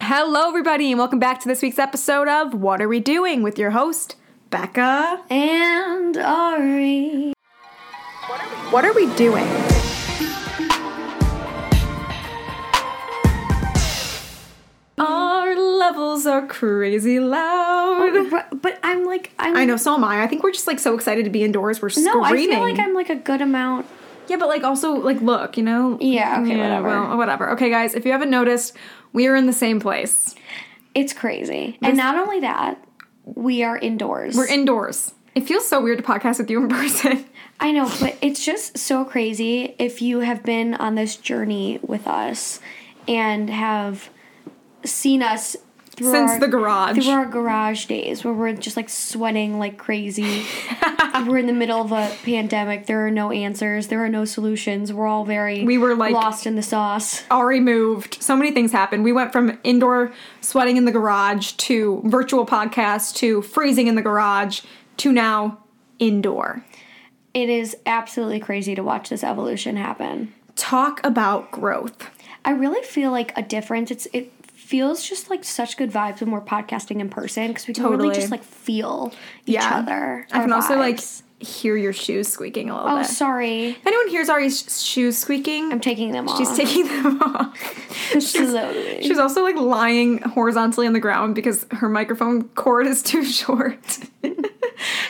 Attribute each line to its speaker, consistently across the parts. Speaker 1: Hello, everybody, and welcome back to this week's episode of What Are We Doing with your host, Becca.
Speaker 2: and Ari.
Speaker 1: What are we doing? Our levels are crazy loud.
Speaker 2: But, but I'm like I'm.
Speaker 1: I know, so am I. I think we're just like so excited to be indoors. We're
Speaker 2: No,
Speaker 1: screaming.
Speaker 2: I feel like I'm like a good amount.
Speaker 1: Yeah, but like also like look, you know.
Speaker 2: Yeah, okay, whatever.
Speaker 1: well, whatever. Okay, guys, if you haven't noticed, we are in the same place.
Speaker 2: It's crazy, and not only that, we are indoors.
Speaker 1: We're indoors. It feels so weird to podcast with you in person.
Speaker 2: I know, but it's just so crazy if you have been on this journey with us and have seen us through
Speaker 1: Since
Speaker 2: our-
Speaker 1: the garage.
Speaker 2: through our garage days where we're just like sweating like crazy. we're in the middle of a pandemic. There are no answers. There are no solutions. We're all very
Speaker 1: We were, like-
Speaker 2: lost in the sauce.
Speaker 1: Ari moved. So many things happened. We went from indoor sweating in the garage to virtual podcast to freezing in the garage to now indoor.
Speaker 2: It is absolutely crazy to watch this evolution happen.
Speaker 1: Talk about growth.
Speaker 2: I really feel like a difference. It's it feels just like such good vibes when we're podcasting in person because we can
Speaker 1: Totally.
Speaker 2: really just like feel each other.
Speaker 1: I can
Speaker 2: our
Speaker 1: also like
Speaker 2: vibes.
Speaker 1: hear your shoes squeaking a little
Speaker 2: Oh,
Speaker 1: bit.
Speaker 2: sorry.
Speaker 1: if anyone hears Ari's sh- shoes squeaking,
Speaker 2: I'm taking them off.
Speaker 1: she's taking them off.
Speaker 2: slowly.
Speaker 1: She's also like lying horizontally on the ground because her microphone cord is too short.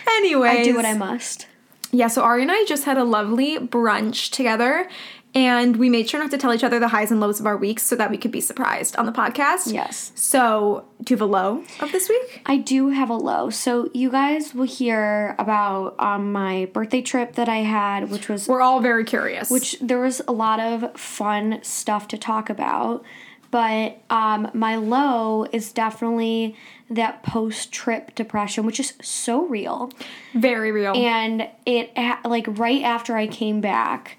Speaker 1: anyway,
Speaker 2: I do what I must.
Speaker 1: Yeah, so Ari and I just had a lovely brunch together, and we made sure not to tell each other the highs and lows of our weeks so that we could be surprised on the podcast.
Speaker 2: Yes.
Speaker 1: So, do you have a low of this week?
Speaker 2: I do have a low. So you guys will hear about um, my birthday trip that I had, which was
Speaker 1: We're all very curious.
Speaker 2: which there was a lot of fun stuff to talk about. But um, my low is definitely that post trip depression, which is so real.
Speaker 1: very real.
Speaker 2: And it, ha- like, right after I came back,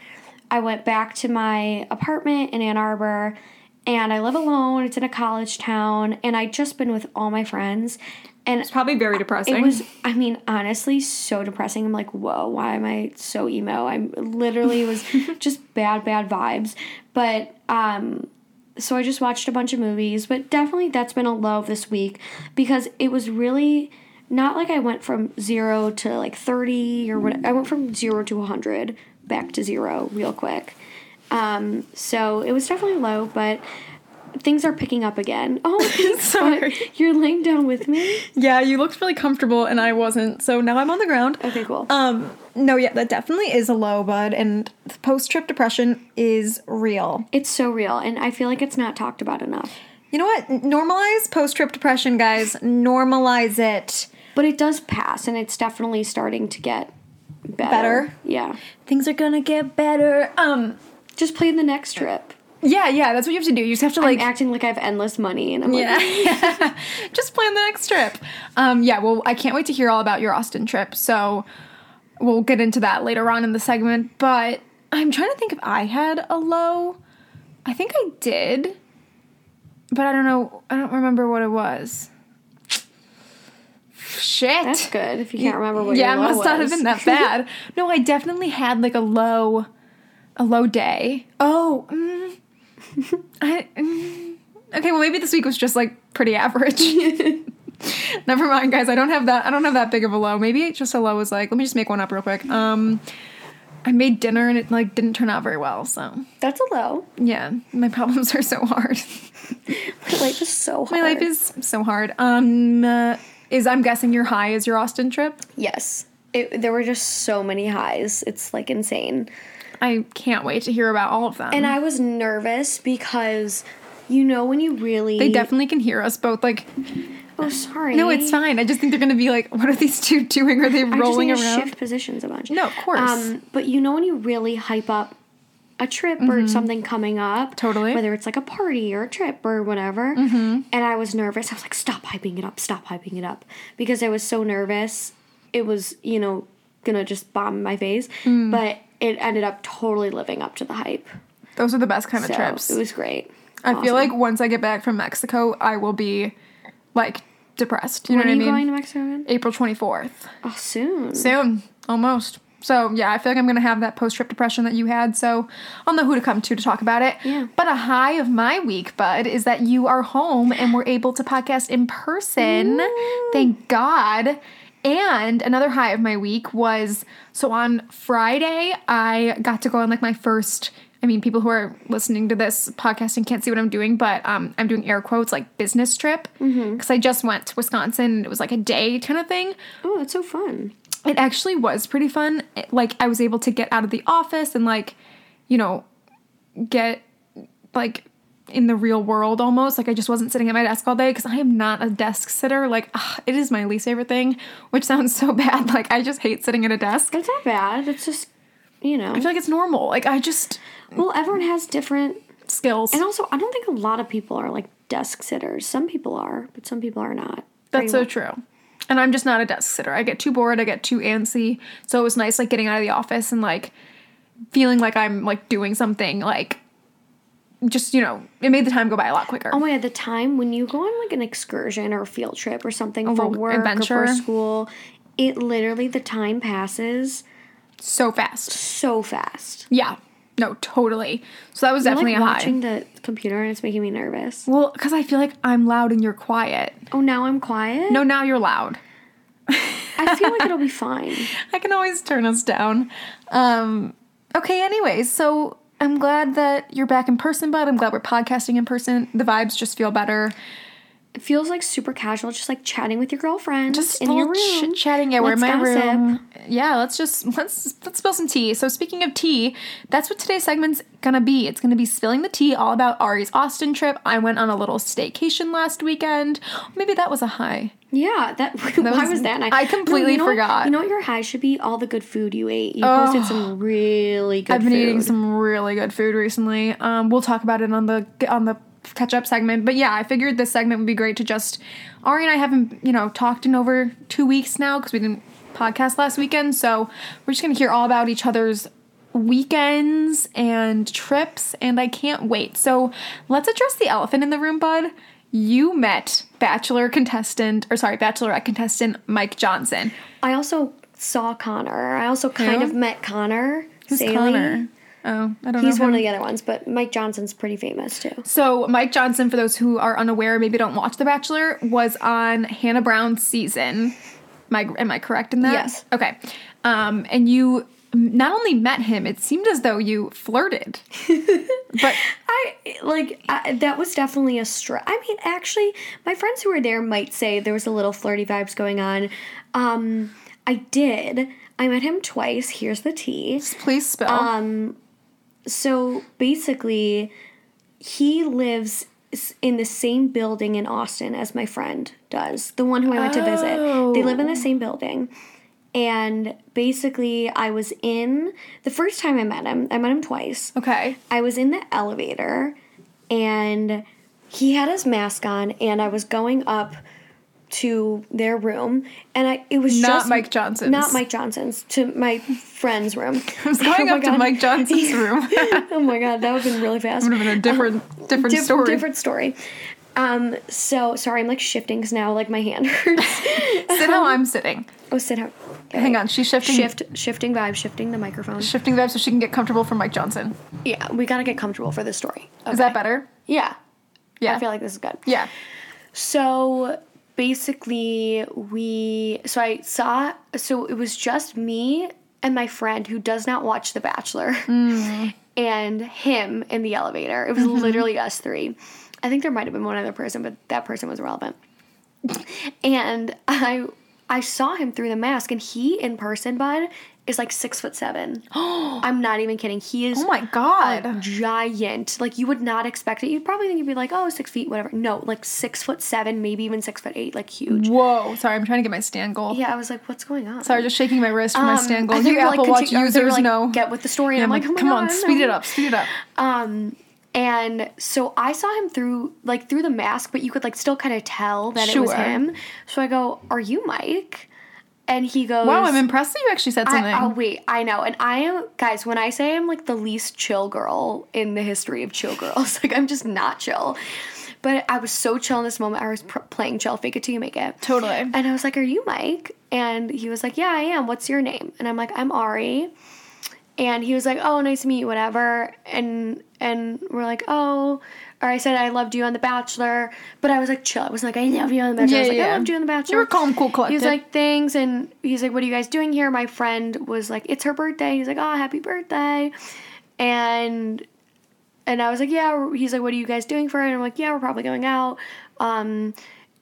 Speaker 2: I went back to my apartment in Ann Arbor and I live alone. It's in a college town. And I'd just been with all my friends. And
Speaker 1: it's probably very depressing.
Speaker 2: it was, I mean, honestly, so depressing. I'm like, whoa, why am I so emo? I am literally was just bad, bad vibes. But um, so I just watched a bunch of movies, but definitely that's been a low of this week because it was really not like I went from zero to like 30 or what. I went from zero to 100 back to zero real quick. Um, so it was definitely low, but things are picking up again. Oh,
Speaker 1: Sorry.
Speaker 2: you're laying down with me?
Speaker 1: Yeah, you looked really comfortable, and I wasn't. So now I'm on the ground.
Speaker 2: Okay, cool.
Speaker 1: Um, no, yeah, that definitely is a low, bud, and post trip depression is real.
Speaker 2: It's so real, and I feel like it's not talked about enough.
Speaker 1: You know what? Normalize post trip depression, guys. Normalize it.
Speaker 2: But it does pass, and it's definitely starting to get better.
Speaker 1: Better?
Speaker 2: Yeah.
Speaker 1: Things are gonna get better. Um,
Speaker 2: Just plan the next trip.
Speaker 1: Yeah, yeah, that's what you have to do. You just have to like
Speaker 2: I'm acting like I have endless money, and I'm like,
Speaker 1: yeah. just plan the next trip. Um yeah, well, I can't wait to hear all about your Austin trip. So we'll get into that later on in the segment, but I'm trying to think if I had a low. I think I did. But I don't know. I don't remember what it was. Shit.
Speaker 2: that's good if you can't remember what
Speaker 1: yeah,
Speaker 2: your low
Speaker 1: it must not have
Speaker 2: was.
Speaker 1: been that bad. no, I definitely had like a low, a low day. Oh, mm, I, mm. okay. Well, maybe this week was just like pretty average. Never mind, guys. I don't have that. I don't have that big of a low. Maybe it's just a low was like. Let me just make one up real quick. Um, I made dinner and it like didn't turn out very well. So
Speaker 2: That's a low.
Speaker 1: yeah, my problems are so hard.
Speaker 2: My life is so hard.
Speaker 1: my life is so hard. Um, uh, is I'm guessing your high is your Austin trip.
Speaker 2: yes. It, there were just so many highs. It's like insane.
Speaker 1: I can't wait to hear about all of them.
Speaker 2: And I was nervous because, you know, when you really
Speaker 1: They definitely can hear us both. Like,
Speaker 2: oh sorry
Speaker 1: no, it's fine. I just think they're gonna be like, what are these two doing? Are they
Speaker 2: I just
Speaker 1: rolling
Speaker 2: need to
Speaker 1: around?
Speaker 2: shift positions a bunch.
Speaker 1: No, of course.
Speaker 2: Um, but you know when you really hype up a trip or something coming
Speaker 1: Mm-hmm.
Speaker 2: up,
Speaker 1: Totally. Mm-hmm.
Speaker 2: Whether it's like a party or a trip or whatever. And I was nervous. I was like, "Stop hyping it up! Stop hyping it up!" Because I was so nervous. It was, you know, gonna just bomb my face.
Speaker 1: Mm.
Speaker 2: But it ended up totally living up to the hype.
Speaker 1: Those are the best kind of
Speaker 2: So
Speaker 1: trips.
Speaker 2: it was great.
Speaker 1: I
Speaker 2: Awesome.
Speaker 1: feel like once I get back from Mexico, I will be like depressed. You
Speaker 2: When
Speaker 1: know
Speaker 2: are
Speaker 1: what
Speaker 2: you
Speaker 1: I mean?
Speaker 2: going to Mexico again?
Speaker 1: April twenty fourth.
Speaker 2: Oh, soon.
Speaker 1: Soon, almost. So yeah, I feel like I'm gonna have that post trip depression that you had. So I'll know who to come to to talk about it.
Speaker 2: Yeah.
Speaker 1: But a high of my week, Bud, is that you are home and we're able to podcast in person. Thank God. And another high of my week was so on Friday I got to go on like my first. I mean, people who are listening to this podcast and can't see what I'm doing, but um, I'm doing air quotes like business trip because I just went to Wisconsin. and It was like a day kind of thing.
Speaker 2: Oh, that's so fun.
Speaker 1: It actually was pretty fun. It- like I was able to get out of the office and like, you know, get like in the real world almost. Like I just wasn't sitting at my desk all day because I am not a desk sitter. Like ugh, it is my least favorite thing, which sounds so bad. Like I just hate sitting at a desk.
Speaker 2: That's not bad. It's just, you know.
Speaker 1: I feel like it's normal. Like I just
Speaker 2: Well, everyone has different.
Speaker 1: skills.
Speaker 2: And also, I don't think a lot of people are like desk sitters. Some people are, but some people are not.
Speaker 1: That's so true. And I'm just not a desk sitter. I get too bored. I get too antsy. So it was nice, like getting out of the office and like feeling like I'm like doing something. Like, just you know, it made the time go by a lot quicker.
Speaker 2: Oh my god, the time when you go on like an excursion or a field trip or something for
Speaker 1: little
Speaker 2: work or
Speaker 1: adventure.
Speaker 2: for school, it literally the time passes
Speaker 1: so fast.
Speaker 2: so fast.
Speaker 1: Yeah. No, totally. So that was
Speaker 2: I'm
Speaker 1: definitely
Speaker 2: like
Speaker 1: a high.
Speaker 2: watching the computer and it's making me nervous.
Speaker 1: well, because I feel like I'm loud and you're quiet.
Speaker 2: Oh, now I'm quiet.
Speaker 1: No, now you're loud.
Speaker 2: I feel like it'll be fine.
Speaker 1: I can always turn us down. Um, okay, anyways, so I'm glad that you're back in person, bud. I'm glad we're podcasting in person. The vibes just feel better.
Speaker 2: It feels like super casual, just like chatting with your girlfriend
Speaker 1: just
Speaker 2: in your
Speaker 1: little
Speaker 2: room.
Speaker 1: chit chatting. Yeah, we're in my
Speaker 2: Let's gossip.
Speaker 1: room. Yeah, let's just let's let's spill some tea. So speaking of tea, that's what today's segment's gonna be. It's gonna be spilling the tea, all about Ari's Austin trip. I went on a little staycation last weekend. Maybe that was a high.
Speaker 2: Yeah, that, why
Speaker 1: was-
Speaker 2: was that? nice?
Speaker 1: I
Speaker 2: No,
Speaker 1: completely
Speaker 2: you know what-
Speaker 1: forgot.
Speaker 2: you know what your high should be? All the good food you ate. You posted some really good.
Speaker 1: I've been
Speaker 2: food.
Speaker 1: eating some really good food recently. Um, we'll talk about it on the on the catch up segment. But yeah, I figured this segment would be great to just Ari and I haven't you know talked in over two weeks now because we didn't podcast last weekend. So we're just gonna hear all about each other's weekends and trips, and I can't wait. So let's address the elephant in the room, bud. You met Bachelor contestant, or sorry, Bachelorette contestant Mike Johnson.
Speaker 2: I also saw Connor. I also kind
Speaker 1: Who?
Speaker 2: of met Connor.
Speaker 1: Who's
Speaker 2: Saley.
Speaker 1: Connor? Oh, I don't know.
Speaker 2: He's
Speaker 1: him.
Speaker 2: one of the other ones, but Mike Johnson's pretty famous too.
Speaker 1: So Mike Johnson, for those who are unaware, maybe don't watch The Bachelor, was on Hannah Brown's season. Am I, am I correct in that?
Speaker 2: Yes.
Speaker 1: Okay. Um, and you not only met him, it seemed as though you flirted. but
Speaker 2: I like I, that was definitely a stress. I mean, actually, my friends who were there might say there was a little flirty vibes going on. Um, I did. I met him twice. Here's the tea.
Speaker 1: please spill.
Speaker 2: Um, So basically, he lives s- in the same building in Austin as my friend does, the one who I went to visit. They live in
Speaker 1: Oh.
Speaker 2: the same building. And basically, I was in the first time I met him, I met him twice.
Speaker 1: okay.
Speaker 2: I was in the elevator and he had his mask on, and I was going up to their room, and I it was
Speaker 1: Not
Speaker 2: just
Speaker 1: Mike Johnson's.
Speaker 2: not Mike Johnson's, to my friend's room.
Speaker 1: I was going up to Mike Johnson's room.
Speaker 2: oh my god, that would have been really fast.
Speaker 1: Would have been a different, different
Speaker 2: Diff-
Speaker 1: story.
Speaker 2: Different story. Um, so sorry, I'm like shifting because now like my hand hurts.
Speaker 1: Sit how I'm sitting.
Speaker 2: oh, sit up.
Speaker 1: Hang on, she's shifting,
Speaker 2: Shift, shifting vibe, shifting the microphone.
Speaker 1: shifting the vibe so she can get comfortable for Mike Johnson.
Speaker 2: Yeah, we gotta get comfortable for this story.
Speaker 1: Is that better?
Speaker 2: Yeah,
Speaker 1: Yeah.
Speaker 2: I feel like this is good.
Speaker 1: yeah.
Speaker 2: So basically, we so I saw so it was just me and my friend who does not watch The Bachelor
Speaker 1: Mm.
Speaker 2: and him in the elevator. It was
Speaker 1: Mm-hmm.
Speaker 2: literally us three. I think there might have been one other person, but that person was irrelevant. And I I saw him through the mask, and he in person, bud, is like six foot seven. I'm not even kidding. He is
Speaker 1: Oh my God.
Speaker 2: a giant. Like you would not expect it. You'd probably think you'd be like, oh, six feet, whatever. No, like six foot seven, maybe even six foot eight, like huge.
Speaker 1: Whoa. Sorry, I'm trying to get my stand goal.
Speaker 2: Yeah, I was like, what's going on?
Speaker 1: Sorry, just shaking my wrist for my
Speaker 2: Um,
Speaker 1: stand
Speaker 2: I
Speaker 1: goal.
Speaker 2: thought
Speaker 1: You
Speaker 2: were, like,
Speaker 1: Apple Watch
Speaker 2: continu- I thought you were,
Speaker 1: users
Speaker 2: like,
Speaker 1: know.
Speaker 2: Get with the story. And
Speaker 1: Yeah,
Speaker 2: I'm like, oh my
Speaker 1: come on,
Speaker 2: God,
Speaker 1: speed
Speaker 2: no."
Speaker 1: it up, speed it up.
Speaker 2: Um, and so I saw him through like through the mask, but you could like still kind of tell that it was
Speaker 1: Sure.
Speaker 2: him. So I go, are you Mike? And he goes,
Speaker 1: Wow, I'm impressed that you actually said something.
Speaker 2: I, oh wait, I know, and I am guys. When I say I'm like the least chill girl in the history of chill girls, like I'm just not chill. But I was so chill in this moment. I was pr- playing chill, fake it till you make it.
Speaker 1: Totally.
Speaker 2: And I was like, "Are you Mike?" And he was like, Yeah, I am. What's your name? And I'm like, I'm Ari. And he was like, Oh, nice to meet you, whatever. And and we're like, Oh, or I said I loved you on The Bachelor, but I was like chill. I was like, I love you on The Bachelor.
Speaker 1: Yeah,
Speaker 2: I was like,
Speaker 1: yeah.
Speaker 2: I loved you on The Bachelor.
Speaker 1: You were calm, cool,
Speaker 2: He was
Speaker 1: collected.
Speaker 2: like things, and he's like, "What are you guys doing here?" My friend was like, "It's her birthday." He's like, "Oh, happy birthday!" And and I was like, "Yeah." He's like, "What are you guys doing for it?" And I'm like, "Yeah, we're probably going out. Um,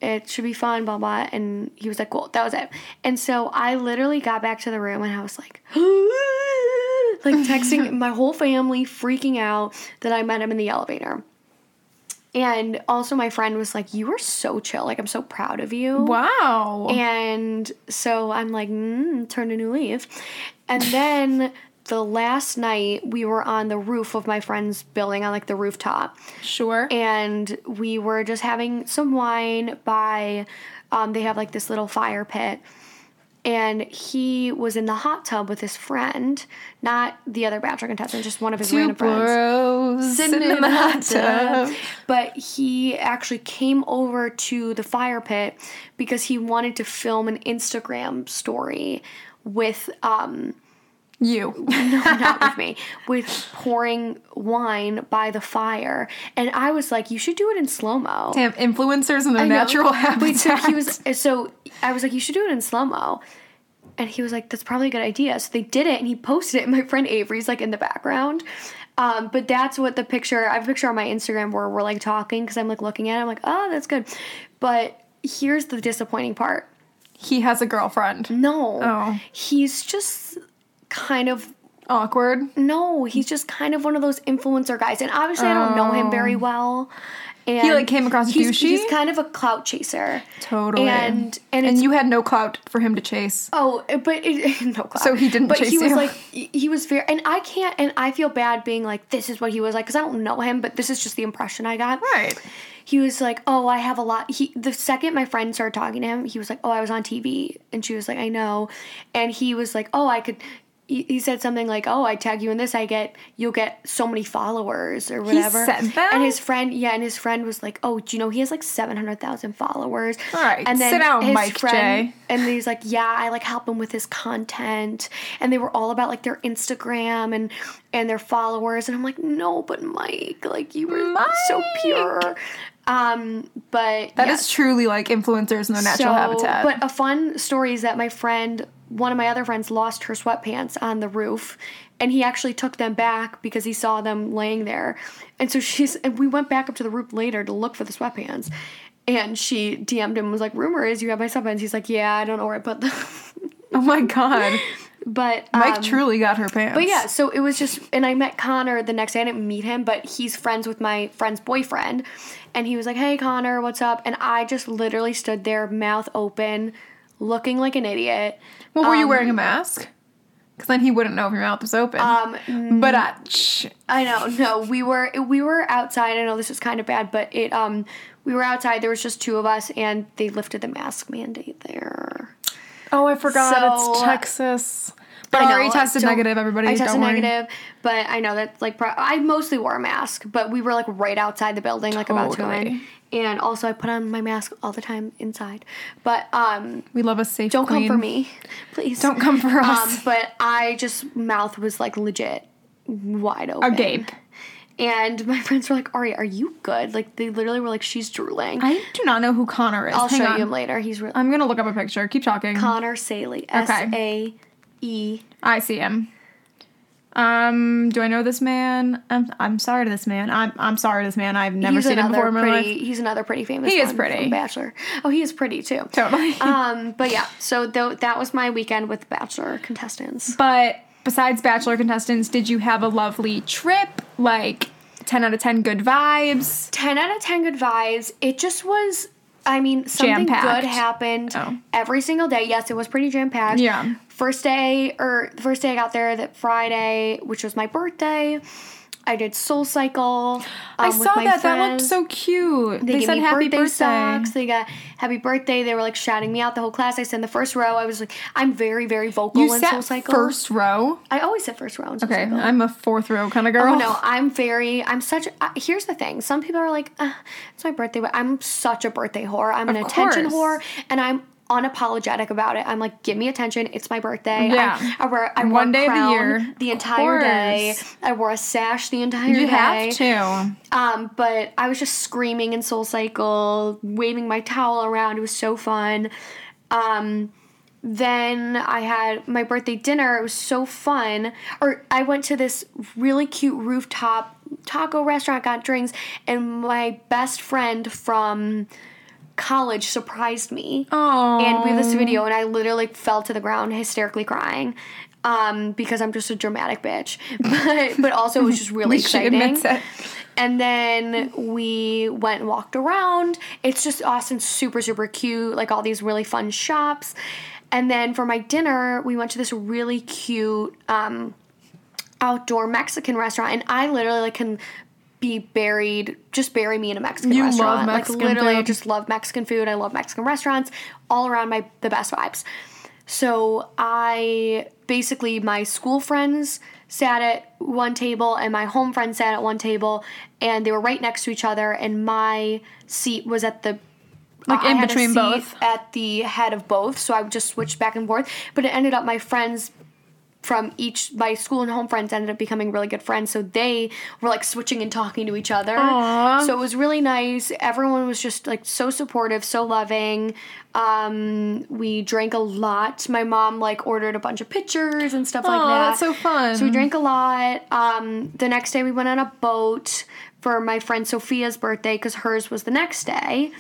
Speaker 2: it should be fun." Blah blah. And he was like, "Cool." That was it. And so I literally got back to the room, and I was like. Like texting my whole family, freaking out that I met him in the elevator. And also, my friend was like, You were so chill. Like, I'm so proud of you.
Speaker 1: Wow.
Speaker 2: And so I'm like, mm, turn a new leaf. And then the last night we were on the roof of my friend's building on like the rooftop.
Speaker 1: sure.
Speaker 2: And we were just having some wine by, um, they have like this little fire pit. And he was in the hot tub with his friend, not the other bachelor contestant, just one of his
Speaker 1: Two
Speaker 2: random friends
Speaker 1: bros sitting in the hot tub.
Speaker 2: but he actually came over to the fire pit because he wanted to film an Instagram story with um
Speaker 1: You.
Speaker 2: no not with me with pouring wine by the fire and I was like you should do it in slow mo
Speaker 1: Damn, influencers in their
Speaker 2: know.
Speaker 1: natural
Speaker 2: Wait, so
Speaker 1: habitat.
Speaker 2: he was uh, so I was like, you should do it in slow mo. And he was like, that's probably a good idea. So they did it and he posted it. And my friend Avery's like in the background. Um, but that's what the picture, I have a picture on my Instagram where we're like talking because I'm like looking at it. I'm like, oh, that's good. But here's the disappointing part.
Speaker 1: he has a girlfriend.
Speaker 2: No.
Speaker 1: Oh.
Speaker 2: He's just kind of
Speaker 1: Awkward.
Speaker 2: no, he's just kind of one of those influencer guys, and obviously I don't know him very well. And
Speaker 1: Oh. like, came across
Speaker 2: he's,
Speaker 1: douchey?
Speaker 2: He's kind of a clout chaser.
Speaker 1: Totally.
Speaker 2: And
Speaker 1: And
Speaker 2: and, it's,
Speaker 1: you had no clout for him to chase.
Speaker 2: oh, but it, no clout.
Speaker 1: So he didn't
Speaker 2: But he
Speaker 1: chase
Speaker 2: was
Speaker 1: you?
Speaker 2: like he he was very, and I can't, and I feel bad being like this is what he was like because I don't know him, but this is just the impression I got.
Speaker 1: Right.
Speaker 2: He was like, oh, I have a lot. He the second my friend started talking to him, he was like, oh, I was on TV, and she was like, I know, and he was like, oh, I could. He he said something like, "Oh, I tag you in this, I get you'll get so many followers or whatever."
Speaker 1: said that?
Speaker 2: and his friend, yeah, and his friend was like, "Oh, do you know he has like seven hundred thousand followers?"
Speaker 1: All right, sit down, Mike J.
Speaker 2: And he's like, yeah, I like help him with his content. And they were all about like their Instagram and and their followers. And I'm like, no, but Mike, like you were so pure. Um, but
Speaker 1: That is truly like influencers in their natural habitat.
Speaker 2: But a fun story is that my friend, one of my other friends, lost her sweatpants on the roof, and he actually took them back because he saw them laying there. And so she's, and we went back up to the roof later to look for the sweatpants, and she DM'd him and was like, "Rumor is you have my sweatpants." He's like, "Yeah, I don't know where I put them."
Speaker 1: oh my god.
Speaker 2: but
Speaker 1: Mike
Speaker 2: um,
Speaker 1: truly got her pants.
Speaker 2: but yeah, so it was just, and I met Connor the next day. I didn't meet him, but he's friends with my friend's boyfriend. And he was like, hey, Connor, what's up? And I just literally stood there, mouth open, looking like an idiot.
Speaker 1: Well, were you wearing a mask? Because then he wouldn't know if your mouth was open.
Speaker 2: Um,
Speaker 1: but uh, I, shh.
Speaker 2: I know, no, we were, we were outside. I know this is kind of bad, but it, um, we were outside. There was just two of us, and they lifted the mask mandate there.
Speaker 1: oh, I forgot. it's
Speaker 2: So-
Speaker 1: Texas. But
Speaker 2: I
Speaker 1: I
Speaker 2: know,
Speaker 1: already tested
Speaker 2: don't-
Speaker 1: negative. Everybody,
Speaker 2: I tested
Speaker 1: don't worry.
Speaker 2: negative, but I know that like pro- I mostly wore a mask, but we were like right outside the building, like about to go in.
Speaker 1: Totally.
Speaker 2: And also, I put on my mask all the time inside. But um,
Speaker 1: We love a safe.
Speaker 2: don't
Speaker 1: clean.
Speaker 2: come for me, please.
Speaker 1: Don't come for us.
Speaker 2: Um, but I just mouth was like legit wide open.
Speaker 1: Agape.
Speaker 2: And my friends were like, "Ari, are you good?" Like they literally were like, "She's drooling." I-
Speaker 1: I do not know who Connor is.
Speaker 2: will
Speaker 1: Hang
Speaker 2: show
Speaker 1: on.
Speaker 2: you him later. He's really
Speaker 1: I'm gonna look up a picture. Keep talking.
Speaker 2: Connor Saley. S A E.
Speaker 1: I see him. Um, do I know this man? I'm I'm sorry to this man. I'm I'm sorry to this man. I've never
Speaker 2: he's
Speaker 1: seen him
Speaker 2: another
Speaker 1: before in my
Speaker 2: pretty.
Speaker 1: life.
Speaker 2: He's another pretty famous.
Speaker 1: He is
Speaker 2: one
Speaker 1: pretty.
Speaker 2: from Bachelor. Oh, he is pretty too.
Speaker 1: Totally.
Speaker 2: um, but yeah. So though that was my weekend with Bachelor contestants.
Speaker 1: but besides Bachelor contestants, did you have a lovely trip? Like ten out of ten good vibes.
Speaker 2: Ten out of ten good vibes. It just was. I mean, something
Speaker 1: Jam-packed.
Speaker 2: good happened
Speaker 1: Oh.
Speaker 2: every single day. Yes, it was pretty jam packed.
Speaker 1: Yeah.
Speaker 2: First day or the first day I got there, that Friday, which was my birthday. I did Soul Cycle. um,
Speaker 1: I saw that. That looked so cute. They,
Speaker 2: They, gave
Speaker 1: said
Speaker 2: me
Speaker 1: happy
Speaker 2: birthday,
Speaker 1: birthday.
Speaker 2: socks. They got happy birthday. They were like shouting me out the whole class. I said in the first row, I was like, I'm very, very vocal
Speaker 1: You
Speaker 2: in
Speaker 1: sat
Speaker 2: Soul Cycle.
Speaker 1: first row.
Speaker 2: I always sit first row in Soul
Speaker 1: Okay,
Speaker 2: Cycle.
Speaker 1: I'm a fourth row kind of girl.
Speaker 2: Oh no, I'm very. I'm such. Uh, here's the thing. Some people are like, uh, "It's my birthday," but I'm such a birthday whore. I'm an attention
Speaker 1: course.
Speaker 2: whore, and I'm unapologetic about it. I'm like, give me attention. It's my birthday.
Speaker 1: Yeah.
Speaker 2: I, I wear I
Speaker 1: One
Speaker 2: wore a
Speaker 1: day of the
Speaker 2: crown
Speaker 1: year.
Speaker 2: the
Speaker 1: Of
Speaker 2: entire day.
Speaker 1: course.
Speaker 2: I wore a sash the entire day.
Speaker 1: You have to.
Speaker 2: Um, but I was just screaming in Soul Cycle, waving my towel around. It was so fun. Um, then I had my birthday dinner. It was so fun. Or I went to this really cute rooftop taco restaurant, got drinks, and my best friend from college surprised me.
Speaker 1: Oh.
Speaker 2: And we have this video, and I literally like, fell to the ground hysterically crying. Um, because I'm just a dramatic bitch, but but also it was just really
Speaker 1: She
Speaker 2: exciting.
Speaker 1: admits it.
Speaker 2: And then we went and walked around. It's just Austin's super, super cute, like all these really fun shops. And then for my dinner, we went to this really cute um, outdoor Mexican restaurant. And I literally like, can be buried, just bury me in a Mexican
Speaker 1: You love
Speaker 2: restaurant.
Speaker 1: Mexican
Speaker 2: like literally, I
Speaker 1: food.
Speaker 2: just love Mexican food. I love Mexican restaurants. All around my the best vibes. So I basically my school friends sat at one table and my home friends sat at one table and they were right next to each other and my seat was at the
Speaker 1: Like,
Speaker 2: I
Speaker 1: in
Speaker 2: had a
Speaker 1: between
Speaker 2: seat
Speaker 1: both?
Speaker 2: at the head of both so I would just switch back and forth but it ended up my friends from each my school and home friends ended up becoming really good friends so they were like switching and talking to each other
Speaker 1: Aw.
Speaker 2: so it was really nice everyone was just like so supportive so loving um we drank a lot my mom like ordered a bunch of pictures and stuff like
Speaker 1: Aw,
Speaker 2: that
Speaker 1: that's so fun.
Speaker 2: so we drank a lot um the next day we went on a boat for my friend sophia's birthday because hers was the next day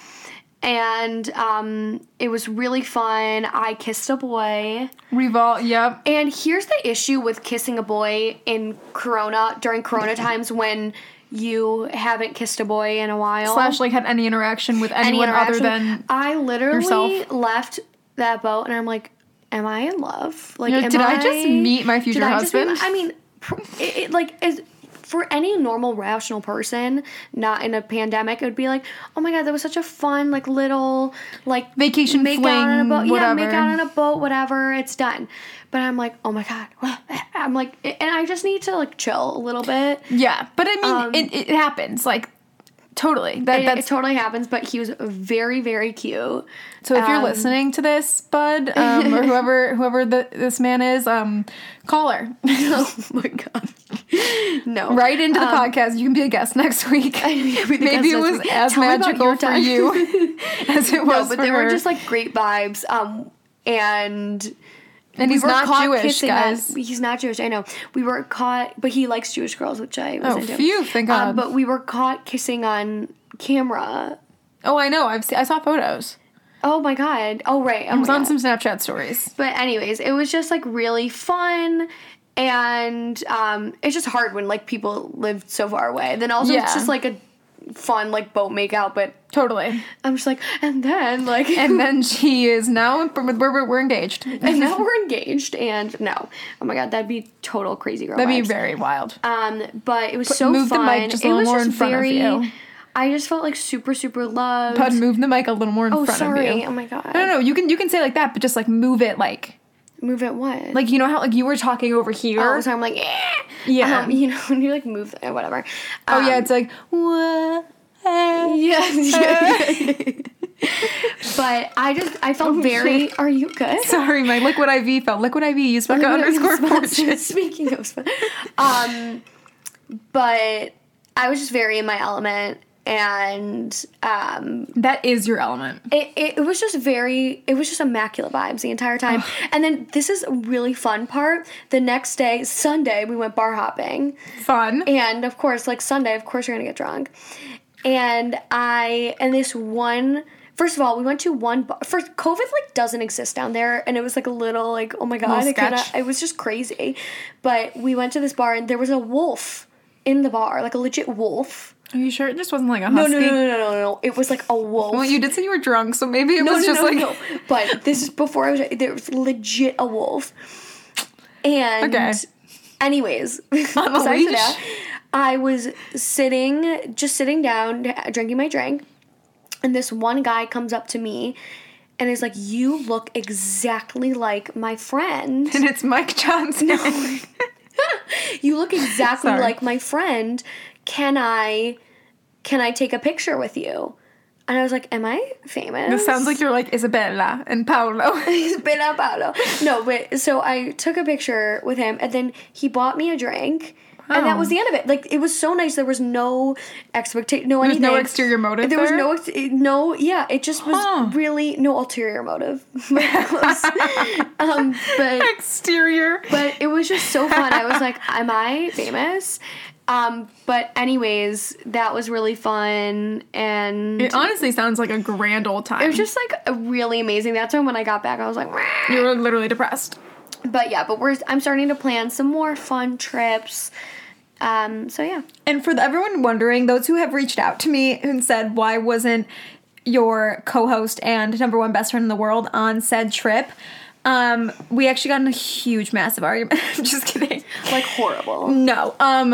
Speaker 2: and um, it was really fun. I kissed a boy.
Speaker 1: Revolt. Yep.
Speaker 2: And here's the issue with kissing a boy in Corona during Corona times when you haven't kissed a boy in a while.
Speaker 1: Slash, like, had any interaction with
Speaker 2: Any
Speaker 1: anyone other
Speaker 2: interaction.
Speaker 1: than.
Speaker 2: I literally
Speaker 1: yourself.
Speaker 2: left that boat and I'm like, am I in love? Like,
Speaker 1: You're like, "Did
Speaker 2: am
Speaker 1: I just meet my future
Speaker 2: did I just meet my-"
Speaker 1: husband?
Speaker 2: I mean, pr- it, it, like is. For any normal, rational person, not in a pandemic, it would be like, "Oh my god, that was such a fun, like little, like
Speaker 1: Vacation
Speaker 2: make out on a
Speaker 1: fling,
Speaker 2: boat. Yeah, make
Speaker 1: whatever.
Speaker 2: out on a boat, whatever. It's done." But I'm like, "Oh my god," I'm like, and I just need to like chill a little bit.
Speaker 1: Yeah. But I mean, it, it happens. Like, totally. That,
Speaker 2: Um, It, it
Speaker 1: that's.
Speaker 2: totally happens, but he was very, very cute.
Speaker 1: So if you're
Speaker 2: Um,
Speaker 1: listening to this, bud, um, or whoever whoever the, this man is, um, call her
Speaker 2: oh my god. No.
Speaker 1: right into the
Speaker 2: Um,
Speaker 1: podcast. You can be a guest next week. Maybe
Speaker 2: guest
Speaker 1: it
Speaker 2: next
Speaker 1: was
Speaker 2: week.
Speaker 1: as
Speaker 2: Tell me about
Speaker 1: magical
Speaker 2: your
Speaker 1: for
Speaker 2: time.
Speaker 1: you as it
Speaker 2: No,
Speaker 1: was
Speaker 2: but
Speaker 1: for
Speaker 2: they
Speaker 1: her.
Speaker 2: were just like great vibes. Um and
Speaker 1: and he's
Speaker 2: we were
Speaker 1: not
Speaker 2: caught
Speaker 1: Jewish,
Speaker 2: kissing on-
Speaker 1: guys.
Speaker 2: he's not Jewish. I know. We were caught, but he likes Jewish girls, which I was
Speaker 1: Oh,
Speaker 2: into.
Speaker 1: phew, thank God.
Speaker 2: Um, but we were caught kissing on camera.
Speaker 1: Oh, I know. I've se- I saw photos.
Speaker 2: Oh my god. Oh right. Oh
Speaker 1: I was
Speaker 2: my
Speaker 1: on
Speaker 2: God.
Speaker 1: some Snapchat stories.
Speaker 2: But anyways, it was just like really fun. And um, it's just hard when like people live so far away. Then also
Speaker 1: Yeah.
Speaker 2: it's just like a fun like boat makeout. But
Speaker 1: Totally.
Speaker 2: I'm just like, and then like, and,
Speaker 1: And then she is now we're, we're, we're engaged.
Speaker 2: now we're engaged. And no, oh my god, that'd be total crazy girl.
Speaker 1: That'd be
Speaker 2: vibes.
Speaker 1: very wild.
Speaker 2: Um, but it was so
Speaker 1: move the
Speaker 2: fun.
Speaker 1: mic just a
Speaker 2: it
Speaker 1: little
Speaker 2: was
Speaker 1: more
Speaker 2: just
Speaker 1: in front of
Speaker 2: very.
Speaker 1: you.
Speaker 2: I just felt like super super loved.
Speaker 1: Bud, move the mic a little more in
Speaker 2: oh
Speaker 1: front of
Speaker 2: sorry.
Speaker 1: you.
Speaker 2: Oh my god.
Speaker 1: No, no, no, you can you can say like that, but just like move it like
Speaker 2: Move it what?
Speaker 1: like you know how like you were talking over here.
Speaker 2: all the time. I'm like, eh.
Speaker 1: Yeah.
Speaker 2: Um, you know, when you like move eh, whatever.
Speaker 1: Oh yeah,
Speaker 2: Um,
Speaker 1: it's like what?
Speaker 2: Yes. yes, yes. but I just I
Speaker 1: Oh,
Speaker 2: felt very. Are you good?
Speaker 1: Sorry, my liquid IV fell. Liquid IV used back
Speaker 2: What are you
Speaker 1: underscore
Speaker 2: supposed to-
Speaker 1: fortune.
Speaker 2: Speaking of, sp- um, but I was just very in my element, and um,
Speaker 1: That is your element.
Speaker 2: it, it, it was just very it was just immaculate vibes the entire time and then this is a really fun part the next day sunday we went bar hopping
Speaker 1: Fun.
Speaker 2: and of course like sunday of course you're gonna get drunk and i and this one first of all we went to one bar first covid like doesn't exist down there and it was like a little like oh my god
Speaker 1: Little
Speaker 2: I cannot,
Speaker 1: sketch.
Speaker 2: it was just crazy but we went to this bar and there was a wolf in the bar like a legit wolf
Speaker 1: Are you sure it just wasn't like a
Speaker 2: no
Speaker 1: husky?
Speaker 2: no no no no no no it was like a wolf
Speaker 1: Well, you did say you were drunk, so maybe it
Speaker 2: no,
Speaker 1: was
Speaker 2: no,
Speaker 1: just
Speaker 2: no,
Speaker 1: like
Speaker 2: no. But this is before I was. There was legit a wolf. And
Speaker 1: Okay.
Speaker 2: anyways,
Speaker 1: On a
Speaker 2: besides
Speaker 1: leash?
Speaker 2: that, I was sitting, just sitting down, drinking my drink, and this one guy comes up to me, and is like, "You look exactly like my friend."
Speaker 1: and it's Mike Johnson.
Speaker 2: you look exactly
Speaker 1: Sorry.
Speaker 2: like my friend. Can I can I take a picture with you? And I was like, am I famous?
Speaker 1: This sounds like you're like Isabella and Paolo.
Speaker 2: He's been up Paolo. No, but so I took a picture with him, and then he bought me a drink. And that
Speaker 1: Oh.
Speaker 2: was the end of it. Like it was so nice. There was no expectation, no
Speaker 1: There's
Speaker 2: anything.
Speaker 1: no exterior motive
Speaker 2: There, was
Speaker 1: there?
Speaker 2: no, ex- no, yeah. It just was
Speaker 1: Huh.
Speaker 2: really no ulterior motive. um, but
Speaker 1: Exterior.
Speaker 2: but it was just so fun. I was like, am I famous? Um, but anyways, that was really fun, and
Speaker 1: It honestly sounds like a grand old time.
Speaker 2: it was just like really amazing. That's when when I got back, I was like, "Wah."
Speaker 1: you were literally depressed.
Speaker 2: but yeah, but we're I'm starting to plan some more fun trips. Um, so yeah,
Speaker 1: And for the- everyone wondering, those who have reached out to me and said, why wasn't your co host and number one best friend in the world on said trip? Um, we actually got in a huge, massive argument. I'm just kidding.
Speaker 2: like horrible.
Speaker 1: No. Um,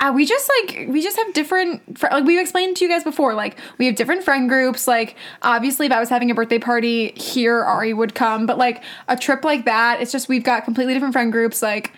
Speaker 1: uh, we just like we just have different fr- like we've explained to you guys before like we have different friend groups like obviously if i was having a birthday party here ari would come but like a trip like that it's just we've got completely different friend groups like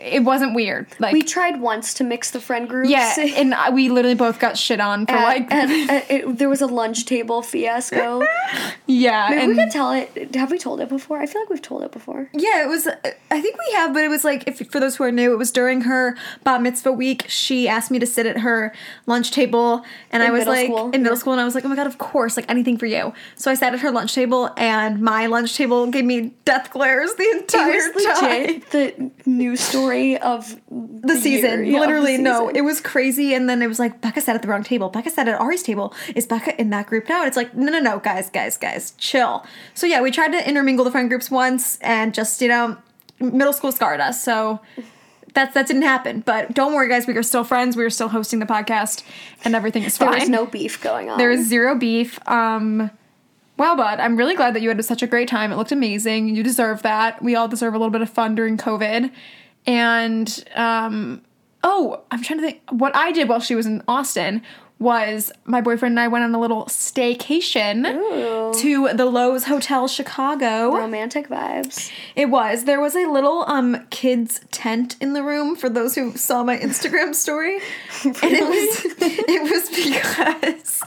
Speaker 1: it wasn't weird like
Speaker 2: We tried once to mix the friend groups.
Speaker 1: yeah, and I, we literally both got shit on for
Speaker 2: At-
Speaker 1: like
Speaker 2: at- at- it- there was a lunch table fiasco.
Speaker 1: yeah,
Speaker 2: Maybe
Speaker 1: and
Speaker 2: we could tell it. Have we told it before? I feel like we've told it before.
Speaker 1: yeah, it was. I think we have, but it was like if for those who are new, it was during her bat mitzvah week. She asked me to sit at her lunch table, and I was
Speaker 2: middle
Speaker 1: like
Speaker 2: school,
Speaker 1: in middle
Speaker 2: yeah.
Speaker 1: school, and I was like, oh my god, of course, like anything for you. So I sat at her lunch table, and my lunch table gave me death glares the entire
Speaker 2: It was
Speaker 1: time.
Speaker 2: legit the news story of
Speaker 1: the season.
Speaker 2: year, yeah, of the
Speaker 1: Literally, no,
Speaker 2: season.
Speaker 1: it was crazy. And then it was like Becca sat at the wrong table. Becca sat at Ari's table. Is Becca in that group now? And it's like, no, no, no, guys, guys, guys, chill. So yeah, we tried to intermingle the friend groups once, and just you know, middle school scarred us. So. That's, that didn't happen, but don't worry, guys. We are still friends. We are still hosting the podcast, and everything is
Speaker 2: there
Speaker 1: fine.
Speaker 2: was no beef going on.
Speaker 1: There is zero beef. Um, wow, bud, I'm really glad that you had such a great time. It looked amazing. You deserve that. We all deserve a little bit of fun during COVID. And um, oh, I'm trying to think. What I did while she was in Austin was my boyfriend and I went on a little staycation to the Lowe's Hotel Chicago.
Speaker 2: romantic vibes.
Speaker 1: It was. There was a little um kids tent in the room for those who saw my Instagram story. And it was it was because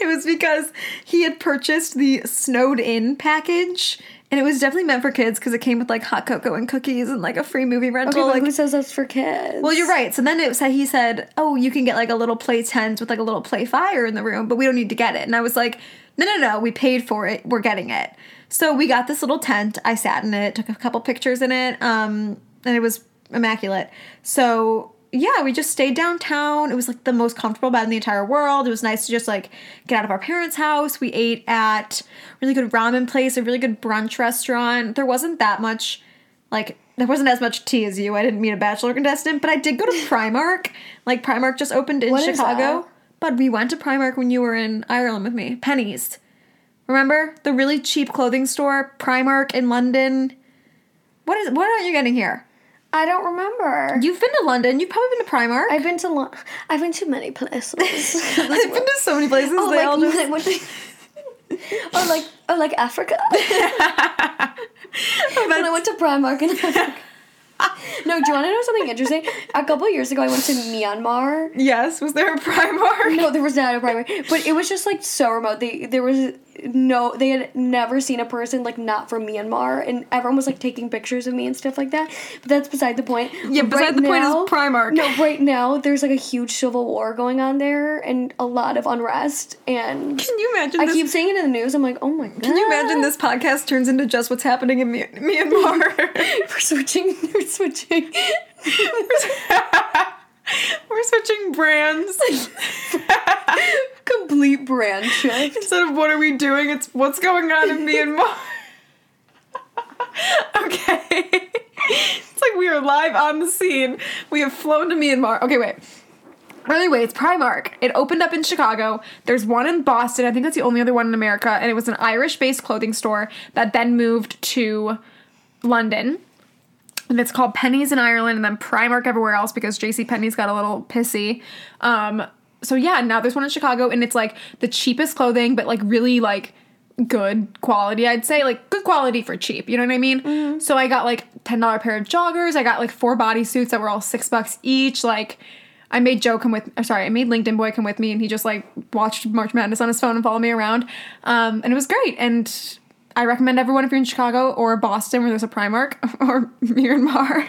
Speaker 1: it was because he had purchased the snowed in package and it was definitely meant for kids because it came with like hot cocoa and cookies and like a free movie
Speaker 2: Okay,
Speaker 1: rental.
Speaker 2: but
Speaker 1: like
Speaker 2: who says that's for kids?
Speaker 1: well, you're right. So then it said he said, "Oh, you can get like a little play tent with like a little play fire in the room, but we don't need to get it." And I was like, "No, no, no. We paid for it. We're getting it." So we got this little tent. I sat in it, took a couple pictures in it, um, and it was immaculate. So yeah, we just stayed downtown. It was like the most comfortable bed in the entire world. It was nice to just like get out of our parents' house. We ate at a really good ramen place, a really good brunch restaurant. There wasn't that much like there wasn't as much tea as you. I didn't meet a bachelor contestant, but I did go to Primark. like Primark just opened in
Speaker 2: What is
Speaker 1: Chicago.
Speaker 2: that?
Speaker 1: But we went to Primark when you were in Ireland with me. Pennies. Remember? The really cheap clothing store, Primark in London. What is what are you getting here?
Speaker 2: I don't remember.
Speaker 1: You've been to London, you've probably been to Primark.
Speaker 2: I've been to lo- I've been to many places.
Speaker 1: I've, been to so many places.
Speaker 2: oh,
Speaker 1: they all
Speaker 2: like,
Speaker 1: just
Speaker 2: like what? or Oh, like or like Africa. when I went to Primark in Africa. no, do you want to know something interesting? A couple years ago, I went to Myanmar.
Speaker 1: Yes, was there a Primark?
Speaker 2: No, there was not a Primark, but it was just like so remote. They there was no, they had never seen a person like not from Myanmar, and everyone was like taking pictures of me and stuff like that. But that's beside the point.
Speaker 1: Yeah, beside the point is Primark.
Speaker 2: No, right now there's like a huge civil war going on there, and a lot of unrest. And
Speaker 1: Can you imagine
Speaker 2: I
Speaker 1: this?
Speaker 2: keep seeing it in the news. I'm like, oh my god.
Speaker 1: Can you imagine this podcast turns into just what's happening in Myan- Myanmar?
Speaker 2: We're switching. We're switching.
Speaker 1: We're switching brands.
Speaker 2: Complete brand shift.
Speaker 1: Instead of what are we doing, it's what's going on in Myanmar. okay. it's like we are live on the scene. We have flown to Myanmar. Okay, wait. Anyway, it's Primark. It opened up in Chicago. There's one in Boston. I think that's the only other one in America. And it was an Irish based clothing store that then moved to London. And it's called Pennies in Ireland and then Primark everywhere else because JC Penney's got a little pissy. Um, so yeah, now there's one in Chicago and it's like the cheapest clothing, but like really like good quality, I'd say. Like good quality for cheap, you know what I mean? So I got like $10 pair of joggers, I got like four bodysuits that were all six bucks each, like I made Joe come with. Or sorry, I made LinkedIn Boy come with me, and he just like watched March Madness on his phone and followed me around, um, and it was great. And I recommend everyone if you're in Chicago or Boston where there's a Primark or Miramar.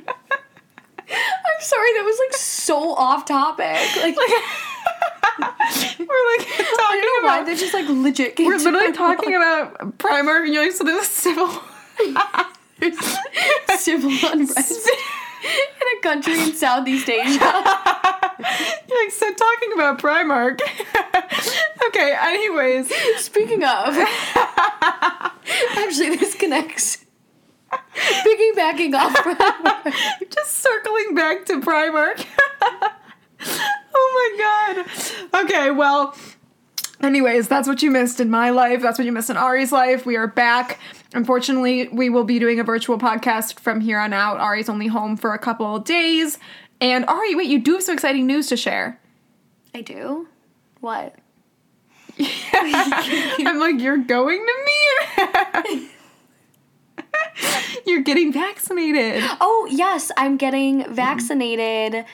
Speaker 2: I'm sorry, that was like so off topic. Like,
Speaker 1: we're like
Speaker 2: I
Speaker 1: talking
Speaker 2: don't know why
Speaker 1: about
Speaker 2: that just like legit. came
Speaker 1: We're
Speaker 2: to
Speaker 1: literally
Speaker 2: my
Speaker 1: talking about Primark, and you're like, so there's a civil.
Speaker 2: mind. civil unrest in a country in Southeast Asia.
Speaker 1: you're like, so talking about Primark. okay, anyways.
Speaker 2: Speaking of, actually, this connects. Picking backing off from
Speaker 1: Just circling back to Primark. oh my god. Okay, well, anyways, that's what you missed in my life. That's what you missed in Ari's life. We are back. Unfortunately, we will be doing a virtual podcast from here on out. Ari's only home for a couple of days. And Ari, wait, you do have some exciting news to share.
Speaker 2: I do. What?
Speaker 1: I'm like, you're going to me. you're getting vaccinated.
Speaker 2: Oh yes, I'm getting vaccinated.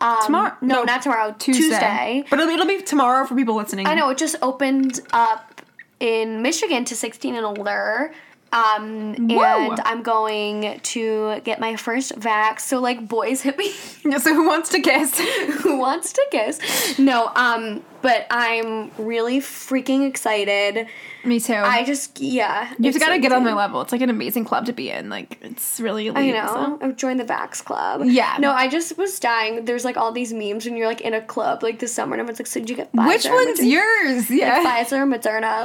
Speaker 2: Um,
Speaker 1: Tomorrow-
Speaker 2: No,
Speaker 1: no,
Speaker 2: not tomorrow. Tuesday.
Speaker 1: But it'll, it'll be tomorrow for people listening.
Speaker 2: I know it just opened up in Michigan to 16 and older. Um, and I'm going to get my first vax. So like, boys, hit me.
Speaker 1: So who wants to kiss?
Speaker 2: who wants to kiss? No. Um, but I'm really freaking excited.
Speaker 1: me too.
Speaker 2: I just yeah.
Speaker 1: You've got to get on
Speaker 2: my
Speaker 1: their level. It's like an amazing club to be in. Like it's really elite.
Speaker 2: You know, I've joined the Vax Club.
Speaker 1: Yeah.
Speaker 2: No, I just was dying. There's like all these memes when you're like in a club like this summer, and everyone's like, "So did you get Pfizer?"
Speaker 1: Which one's
Speaker 2: Moderna?
Speaker 1: yours? Yeah,
Speaker 2: Pfizer, Moderna,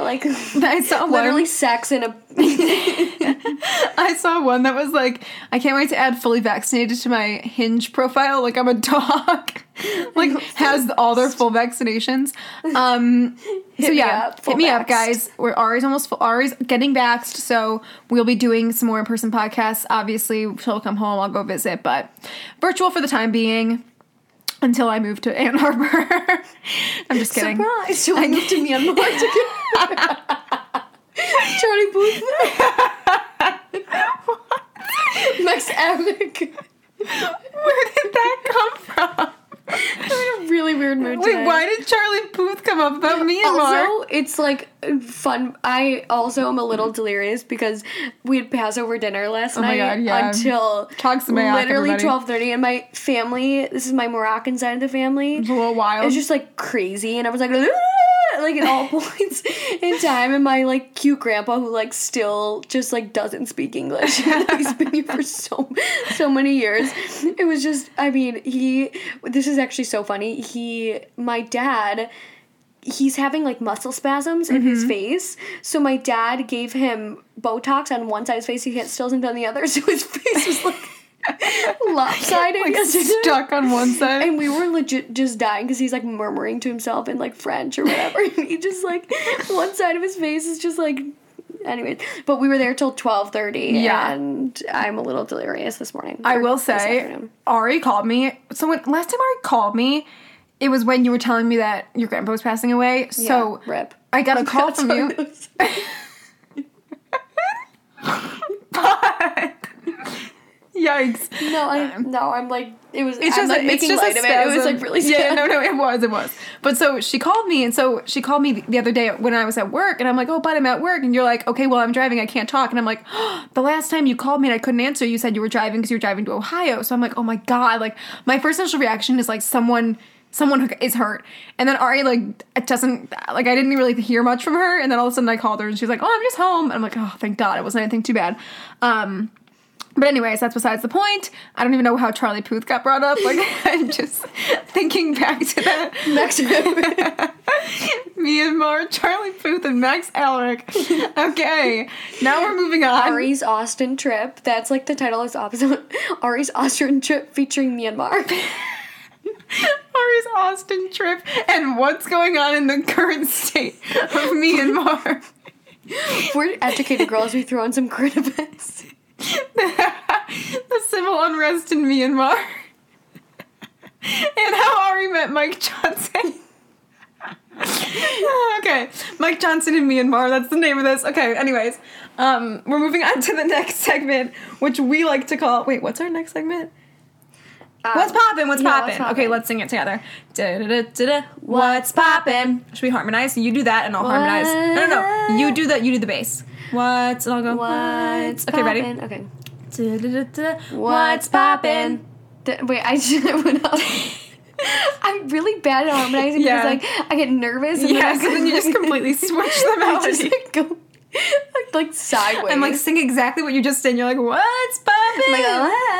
Speaker 2: like
Speaker 1: I saw one.
Speaker 2: literally sex in a.
Speaker 1: I saw one that was like, I can't wait to add fully vaccinated to my Hinge profile. Like I'm a dog. like has all their full vaccinations. Um, so
Speaker 2: me
Speaker 1: yeah,
Speaker 2: up, full
Speaker 1: hit me up,
Speaker 2: vaxxed.
Speaker 1: guys. We're Ari's almost full. Ari's getting vaxxed, so we'll be doing some more in-person podcasts. Obviously, she'll come home. I'll go visit, but virtual for the time being. Until I move to Ann Arbor. I'm just kidding.
Speaker 2: Surprise! So I moved to Myanmar to get Charlie Booth. Max Epic.
Speaker 1: Where did that come from?
Speaker 2: I'm in a really weird mood today.
Speaker 1: Wait, why did Charlie Booth come up about Myanmar?
Speaker 2: Also, it's like fun. I also am a little delirious because we had Passover dinner last
Speaker 1: Oh my
Speaker 2: night
Speaker 1: God, yeah.
Speaker 2: until
Speaker 1: Talk some mayak,
Speaker 2: literally
Speaker 1: everybody.
Speaker 2: twelve thirty, and my family. This is my Moroccan side of the family.
Speaker 1: a little wild.
Speaker 2: It was just like crazy, and I was like. "Ah," Like at all points in time, and my like cute grandpa who like still just like doesn't speak English. He's been here for so so many years. It was just, I mean, he. This is actually so funny. He, my dad, he's having like muscle spasms in
Speaker 1: Mm-hmm.
Speaker 2: his face. So my dad gave him Botox on one side of his face. He had- still hasn't done the other, so his face was like lopsided.
Speaker 1: like
Speaker 2: yesterday.
Speaker 1: stuck on one side.
Speaker 2: And we were legit just dying because he's like murmuring to himself in like French or whatever. And he just like one side of his face is just like. Anyways, but we were there till twelve thirty.
Speaker 1: Yeah.
Speaker 2: and I'm a little delirious this morning.
Speaker 1: I
Speaker 2: or
Speaker 1: will
Speaker 2: this
Speaker 1: say,
Speaker 2: afternoon.
Speaker 1: Ari called me. So when last time Ari called me, it was when you were telling me that your grandpa was passing away. So
Speaker 2: Yeah, rip.
Speaker 1: I got a call from you. Yikes.
Speaker 2: No, I no, I'm like it was.
Speaker 1: It's
Speaker 2: I'm
Speaker 1: just
Speaker 2: like
Speaker 1: like
Speaker 2: making
Speaker 1: it's just
Speaker 2: light
Speaker 1: a
Speaker 2: of it. It was
Speaker 1: spasm.
Speaker 2: like really
Speaker 1: yeah,
Speaker 2: sad.
Speaker 1: no, no, it was, it was. But so she called me, and so she called me the other day when I was at work, and I'm like, oh, but I'm at work, and you're like, okay, well, I'm driving, I can't talk, and I'm like, the last time you called me and I couldn't answer, you said you were driving because you were driving to Ohio, so I'm like, oh my god, like my first initial reaction is like someone. Someone who is hurt, and then Ari like it doesn't like I didn't really hear much from her, and then all of a sudden I called her and she's like, "Oh, I'm just home." And I'm like, "Oh, thank God, it wasn't anything too bad." Um, but anyways, that's besides the point. I don't even know how Charlie Puth got brought up. Like I'm just thinking back to that.
Speaker 2: Next time.
Speaker 1: Myanmar, Charlie Puth, and Max Alric. Okay, now we're moving on.
Speaker 2: Ari's Austin trip. That's like the title of this episode. Ari's Austin trip featuring Myanmar.
Speaker 1: Ari's Austin trip and what's going on in the current state of Myanmar.
Speaker 2: We're educated girls. We throw in some current events.
Speaker 1: the civil unrest in Myanmar. and how Ari met Mike Johnson. okay, Mike Johnson in Myanmar, that's the name of this. Okay, anyways, um, we're moving on to the next segment, which we like to call. Wait, what's our next segment?
Speaker 2: Um,
Speaker 1: What's poppin'? What's
Speaker 2: yeah,
Speaker 1: poppin'?
Speaker 2: what's
Speaker 1: Okay,
Speaker 2: poppin'?
Speaker 1: let's sing it together. Da-da-da-da-da. What's poppin'? Should we harmonize? You do that and I'll harmonize. No, no, no.
Speaker 2: What?
Speaker 1: You do the you do the bass. What's and I'll go.
Speaker 2: What's
Speaker 1: Okay, ready?
Speaker 2: poppin'? Okay.
Speaker 1: Da-da-da-da.
Speaker 2: What's poppin'? D- wait, I should went up. I'm really bad at harmonizing
Speaker 1: Yeah.
Speaker 2: because like I get nervous. And
Speaker 1: Yeah,
Speaker 2: then, I
Speaker 1: so then you just completely switch the
Speaker 2: I just
Speaker 1: melody.
Speaker 2: like, go like, like sideways.
Speaker 1: And like sing exactly what you just did. and You're like, what's poppin'?
Speaker 2: Like, ah.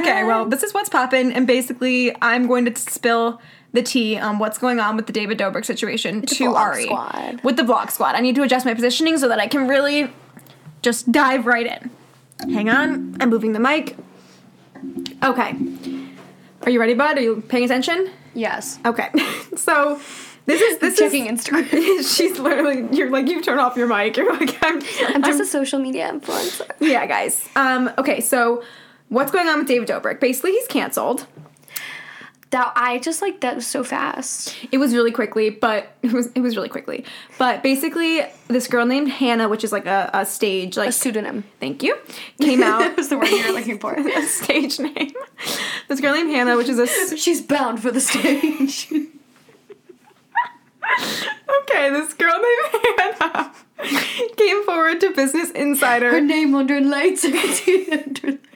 Speaker 1: Okay, well, this is what's poppin', and basically, I'm going to spill the tea on what's going on with the David Dobrik situation to
Speaker 2: Vlog
Speaker 1: Ari
Speaker 2: Squad.
Speaker 1: with the Vlog Squad. I need to adjust my positioning so that I can really just dive right in. Hang on, I'm moving the mic. Okay, are you ready, bud? Are you paying attention?
Speaker 2: yes.
Speaker 1: Okay, so this is this
Speaker 2: Checking
Speaker 1: is.
Speaker 2: Instagram.
Speaker 1: She's literally you're like you've turned off your mic. You're like I'm.
Speaker 2: I'm just a social media influencer.
Speaker 1: yeah, guys. Um. Okay, so. What's going on with David Dobrik? Basically, he's canceled.
Speaker 2: That I just like that was so fast.
Speaker 1: It was really quickly, but it was it was really quickly. But basically, this girl named Hannah, which is like a, a stage like
Speaker 2: A pseudonym.
Speaker 1: thank you, came
Speaker 2: That
Speaker 1: out
Speaker 2: was the word you were looking for.
Speaker 1: a stage name. This girl named Hannah, which is a s-
Speaker 2: She's bound for the stage.
Speaker 1: okay, this girl named Hannah came forward to Business
Speaker 2: Her
Speaker 1: Insider.
Speaker 2: name under lights. I can see it under lights.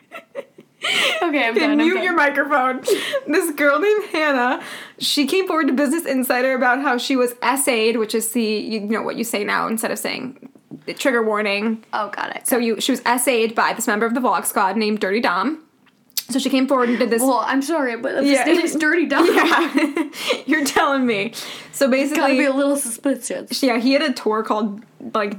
Speaker 2: Okay, I'm
Speaker 1: Okay,
Speaker 2: done.
Speaker 1: mute
Speaker 2: I'm
Speaker 1: your
Speaker 2: done.
Speaker 1: microphone. This girl named Hannah, she came forward to Business Insider about how she was essayed, which is the you know what you say now instead of saying trigger warning,
Speaker 2: Oh, got it.
Speaker 1: So you, she was essayed by this member of the Vlog Squad named Dirty Dom. So she came forward and did this.
Speaker 2: Well, I'm sorry, but if
Speaker 1: Yeah.
Speaker 2: his name is Dirty Dom.
Speaker 1: yeah, you're telling me. So
Speaker 2: Gotta be
Speaker 1: basically,
Speaker 2: a little suspicious.
Speaker 1: yeah, he had a tour called like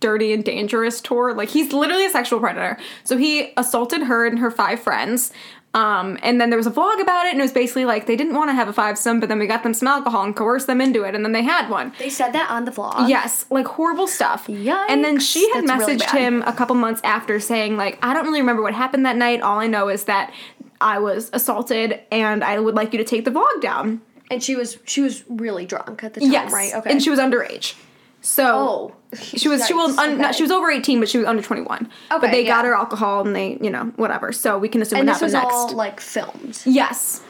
Speaker 1: Dirty and Dangerous tour. Like he's literally a sexual predator. So he assaulted her and her five friends. Um, and then there was a vlog about it, and it was basically like they didn't want to have a fivesome, but then we got them some alcohol and coerced them into it, and then they had one.
Speaker 2: They said that on the vlog.
Speaker 1: Yes, like horrible stuff. And then she
Speaker 2: Yikes,
Speaker 1: had
Speaker 2: that's really
Speaker 1: messaged
Speaker 2: bad.
Speaker 1: him a couple months after saying like, I don't really remember what happened that night. All I know is that I was assaulted and I would like you to take the vlog down.
Speaker 2: And she was she was really drunk at the time,
Speaker 1: yes.
Speaker 2: Oh, right? Okay.
Speaker 1: And she was underage. So
Speaker 2: Oh.
Speaker 1: she was she was
Speaker 2: Yikes,
Speaker 1: un, no,
Speaker 2: okay.
Speaker 1: she was over 18 but she was under 21. but
Speaker 2: Okay,
Speaker 1: they got
Speaker 2: yeah.
Speaker 1: her alcohol and they, you know, whatever. So we can assume
Speaker 2: And
Speaker 1: what
Speaker 2: this
Speaker 1: happened
Speaker 2: was
Speaker 1: next.
Speaker 2: all like filmed.
Speaker 1: Yes.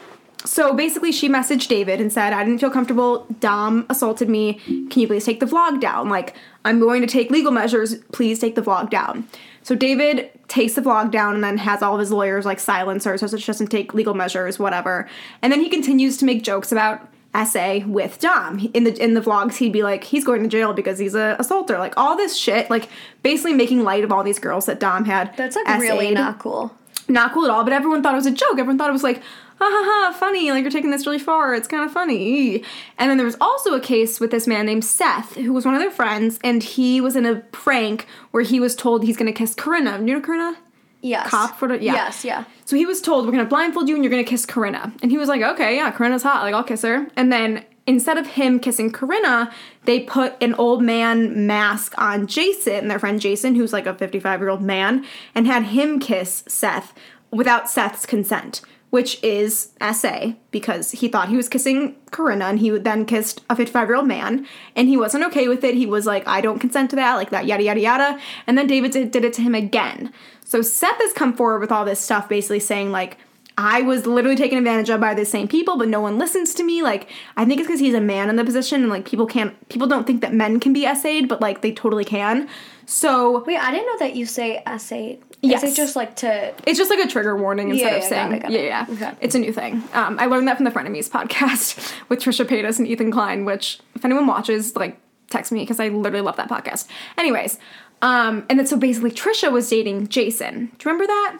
Speaker 1: So basically, she messaged David and said, I didn't feel comfortable. Dom assaulted me. Can you please take the vlog down? Like, I'm going to take legal measures. Please take the vlog down. So David takes the vlog down and then has all of his lawyers like silence her so she doesn't take legal measures, whatever. And then he continues to make jokes about essay with Dom. In the in the vlogs, he'd be like, he's going to jail because he's a assaulter. Like all this shit, like basically making light of all these girls that Dom had.
Speaker 2: That's like really
Speaker 1: essayed
Speaker 2: not cool.
Speaker 1: not cool at all, but everyone thought it was a joke. Everyone thought it was like, "Ah, ha ha ha, funny, like you're taking this really far, it's kind of funny. And then there was also a case with this man named Seth, who was one of their friends, and he was in a prank where he was told he's gonna kiss Corinna. You know Corinna?
Speaker 2: Yes.
Speaker 1: Cop for the- yeah.
Speaker 2: Yes, yeah.
Speaker 1: So he was told, we're gonna blindfold you and you're gonna kiss Corinna. And he was like, okay, yeah, Corinna's hot, like I'll kiss her. And then instead of him kissing Corinna, they put an old man mask on Jason, their friend Jason, who's like a 55 year old man, and had him kiss Seth without Seth's consent, which is SA because he thought he was kissing Corinna and he then kissed a 55 year old man and he wasn't okay with it. He was like, I don't consent to that, like that, yada, yada, yada. And then David did, did it to him again. So Seth has come forward with all this stuff, basically saying like, I was literally taken advantage of by the same people, but no one listens to me. Like, I think it's because he's a man in the position, and like people can't, people don't think that men can be essayed, but like they totally can. So
Speaker 2: Wait, I didn't know that you say essay.
Speaker 1: Yes.
Speaker 2: Is it just like to
Speaker 1: it's just like a trigger warning instead
Speaker 2: Yeah,
Speaker 1: of
Speaker 2: yeah,
Speaker 1: saying,
Speaker 2: got it, got
Speaker 1: yeah,
Speaker 2: it.
Speaker 1: yeah,
Speaker 2: Okay.
Speaker 1: it's a new thing. Um, I learned that from the Frenemies podcast with Trisha Paytas and Ethan Klein, which if anyone watches, like, text me because I literally love that podcast. Anyways, um, and then so basically Trisha was dating Jason. Do you remember that?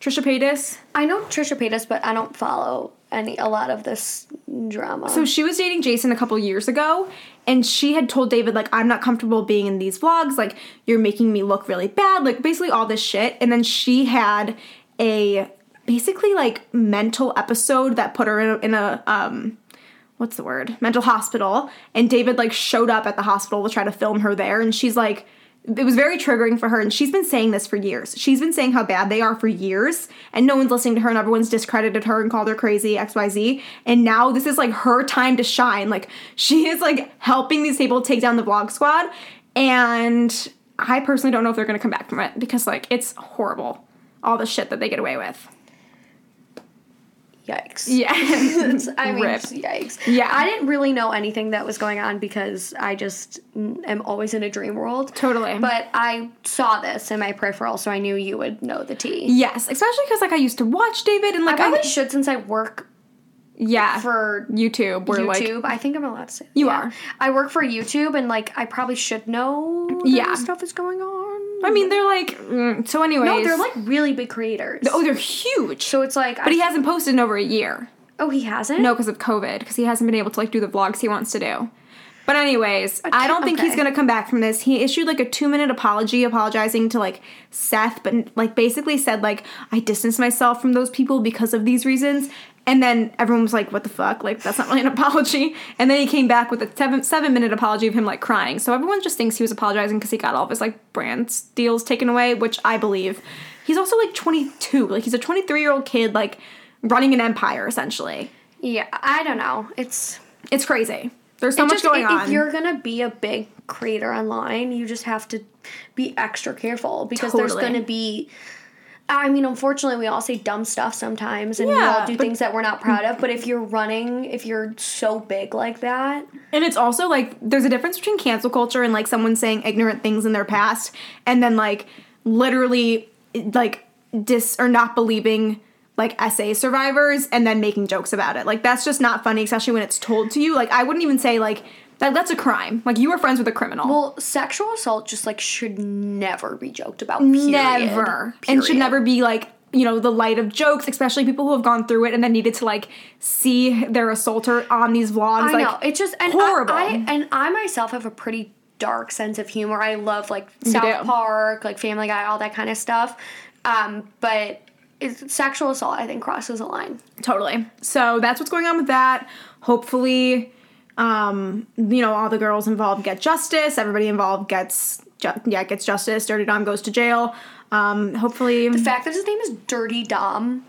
Speaker 1: Trisha Paytas.
Speaker 2: I know Trisha Paytas, but I don't follow any a lot of this drama.
Speaker 1: So she was dating Jason a couple years ago, and she had told David, like, I'm not comfortable being in these vlogs, like, you're making me look really bad, like, basically all this shit. And then she had a basically like mental episode that put her in a, in a um, what's the word mental hospital and david like showed up at the hospital to try to film her there and she's like it was very triggering for her and she's been saying this for years she's been saying how bad they are for years and no one's listening to her and everyone's discredited her and called her crazy xyz and now this is like her time to shine like she is like helping these people take down the vlog squad and i personally don't know if they're gonna come back from it because like it's horrible all the shit that they get away with
Speaker 2: yikes.
Speaker 1: Yeah.
Speaker 2: It's- I mean,
Speaker 1: Rip.
Speaker 2: yikes.
Speaker 1: Yeah.
Speaker 2: I didn't really know anything that was going on because I just mm, am always in a dream world.
Speaker 1: Totally.
Speaker 2: But I saw this in my peripheral, so I knew you would know the tea.
Speaker 1: Yes, especially because like I used to watch David and
Speaker 2: I
Speaker 1: like I,
Speaker 2: probably should since I work
Speaker 1: yeah
Speaker 2: for
Speaker 1: YouTube. We're like
Speaker 2: YouTube. I think I'm allowed to say that.
Speaker 1: You
Speaker 2: Yeah.
Speaker 1: are.
Speaker 2: I work for YouTube, and like I probably should know that
Speaker 1: Yeah.
Speaker 2: this stuff is going on.
Speaker 1: I mean they're like mm, so anyways.
Speaker 2: no, they're like really big creators.
Speaker 1: oh they're huge.
Speaker 2: so it's like,
Speaker 1: but he hasn't posted in over a year.
Speaker 2: oh, he hasn't.
Speaker 1: No, because of COVID, because he hasn't been able to like do the vlogs he wants to do. But anyways, I don't think he's
Speaker 2: okay.
Speaker 1: gonna come back from this. He issued like a two minute apology, apologizing to like Seth, but like basically said like I distanced myself from those people because of these reasons. And then everyone was like, "What the fuck? Like that's not really an apology." And then he came back with a seven seven minute apology of him like crying. So everyone just thinks he was apologizing because he got all of his like brand deals taken away, which I believe. He's also like 22. Like he's a 23 year old kid like running an empire essentially.
Speaker 2: Yeah, I don't know. It's
Speaker 1: It's crazy. There's so much
Speaker 2: just-
Speaker 1: going
Speaker 2: if,
Speaker 1: on.
Speaker 2: If you're gonna be a big creator online, you just have to be extra careful because there's
Speaker 1: Totally.
Speaker 2: gonna be. I mean, unfortunately, we all say dumb stuff sometimes, and we
Speaker 1: Yeah,
Speaker 2: all do
Speaker 1: but-
Speaker 2: things that we're not proud of. But if you're running, if you're so big like that,
Speaker 1: and it's also like there's a difference between cancel culture and like someone saying ignorant things in their past and then like literally like dis or not believing like essay survivors and then making jokes about it. Like that's just not funny, especially when it's told to you. Like I wouldn't even say like that, that's a crime. Like you were friends with a criminal.
Speaker 2: well, sexual assault just like should never be joked about. period.
Speaker 1: never and should
Speaker 2: Period.
Speaker 1: never be like you know the light of jokes especially people who have gone through it and then needed to like see their assaulter on these vlogs
Speaker 2: I
Speaker 1: like
Speaker 2: know. It's just and
Speaker 1: horrible.
Speaker 2: I, I and I myself have a pretty dark sense of humor. I love like
Speaker 1: do.
Speaker 2: South Park, like Family Guy, all that kind of stuff. Um, but it's, sexual assault, I think, crosses a line.
Speaker 1: Totally. So that's what's going on with that. Hopefully, um, you know, all the girls involved get justice. Everybody involved gets, ju- yeah, gets justice. Dirty Dom goes to jail. Um, hopefully,
Speaker 2: The fact that his name is Dirty Dom.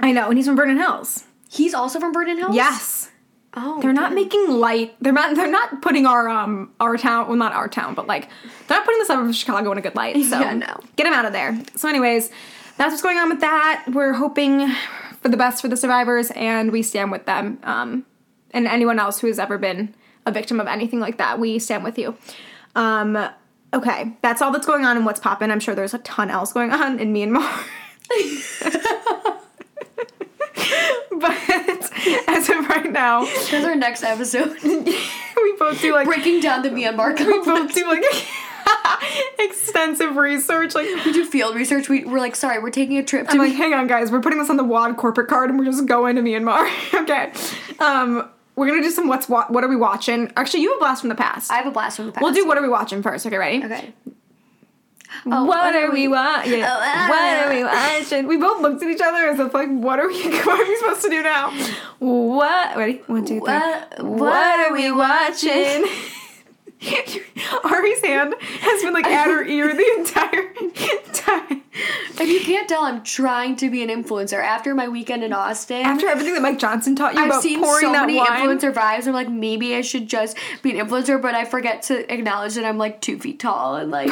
Speaker 1: I know, and he's from Vernon Hills.
Speaker 2: He's also from Vernon Hills.
Speaker 1: Yes,
Speaker 2: Oh,
Speaker 1: they're not making light. They're not. They're not putting our um our town. Well, not our town, but like they're not putting the suburbs of Chicago in a good light. So
Speaker 2: Yeah, no.
Speaker 1: get him out of there. So, anyways, that's what's going on with that. We're hoping for the best for the survivors, and we stand with them. Um, and anyone else who has ever been a victim of anything like that, we stand with you. Um, okay, that's all that's going on and what's popping. I'm sure there's a ton else going on in Myanmar. but as of right now,
Speaker 2: That's our next episode.
Speaker 1: we both do like
Speaker 2: Breaking down the Myanmar
Speaker 1: we
Speaker 2: conflict.
Speaker 1: both do like extensive research. Like
Speaker 2: We do field research. We, we're like, sorry, we're taking a trip to
Speaker 1: I'm like, hang on, guys, we're putting this on the WAD corporate card and we're just going to Myanmar. okay, um, we're gonna do some what's wa- what are we watching? Actually, you have a blast from the past.
Speaker 2: I have a blast from the past.
Speaker 1: we'll do what are we watching first. Okay, ready?
Speaker 2: Okay.
Speaker 1: what, are, we, watching?
Speaker 2: Oh, ah.
Speaker 1: what are we watching? We both looked at each other as if like, what are we? What are we supposed to do now? What? Ready? One, two, three.
Speaker 2: What-
Speaker 1: what are we watching? Ari's hand has been like at her ear the entire time.
Speaker 2: If you can't tell, I'm trying to be an influencer. After my weekend in Austin,
Speaker 1: After everything that Mike Johnson taught you
Speaker 2: I've
Speaker 1: about
Speaker 2: seen
Speaker 1: pouring
Speaker 2: so
Speaker 1: that
Speaker 2: many
Speaker 1: wine,
Speaker 2: influencer vibes. I'm like, maybe I should just be an influencer, but I forget to acknowledge that I'm like two feet tall and like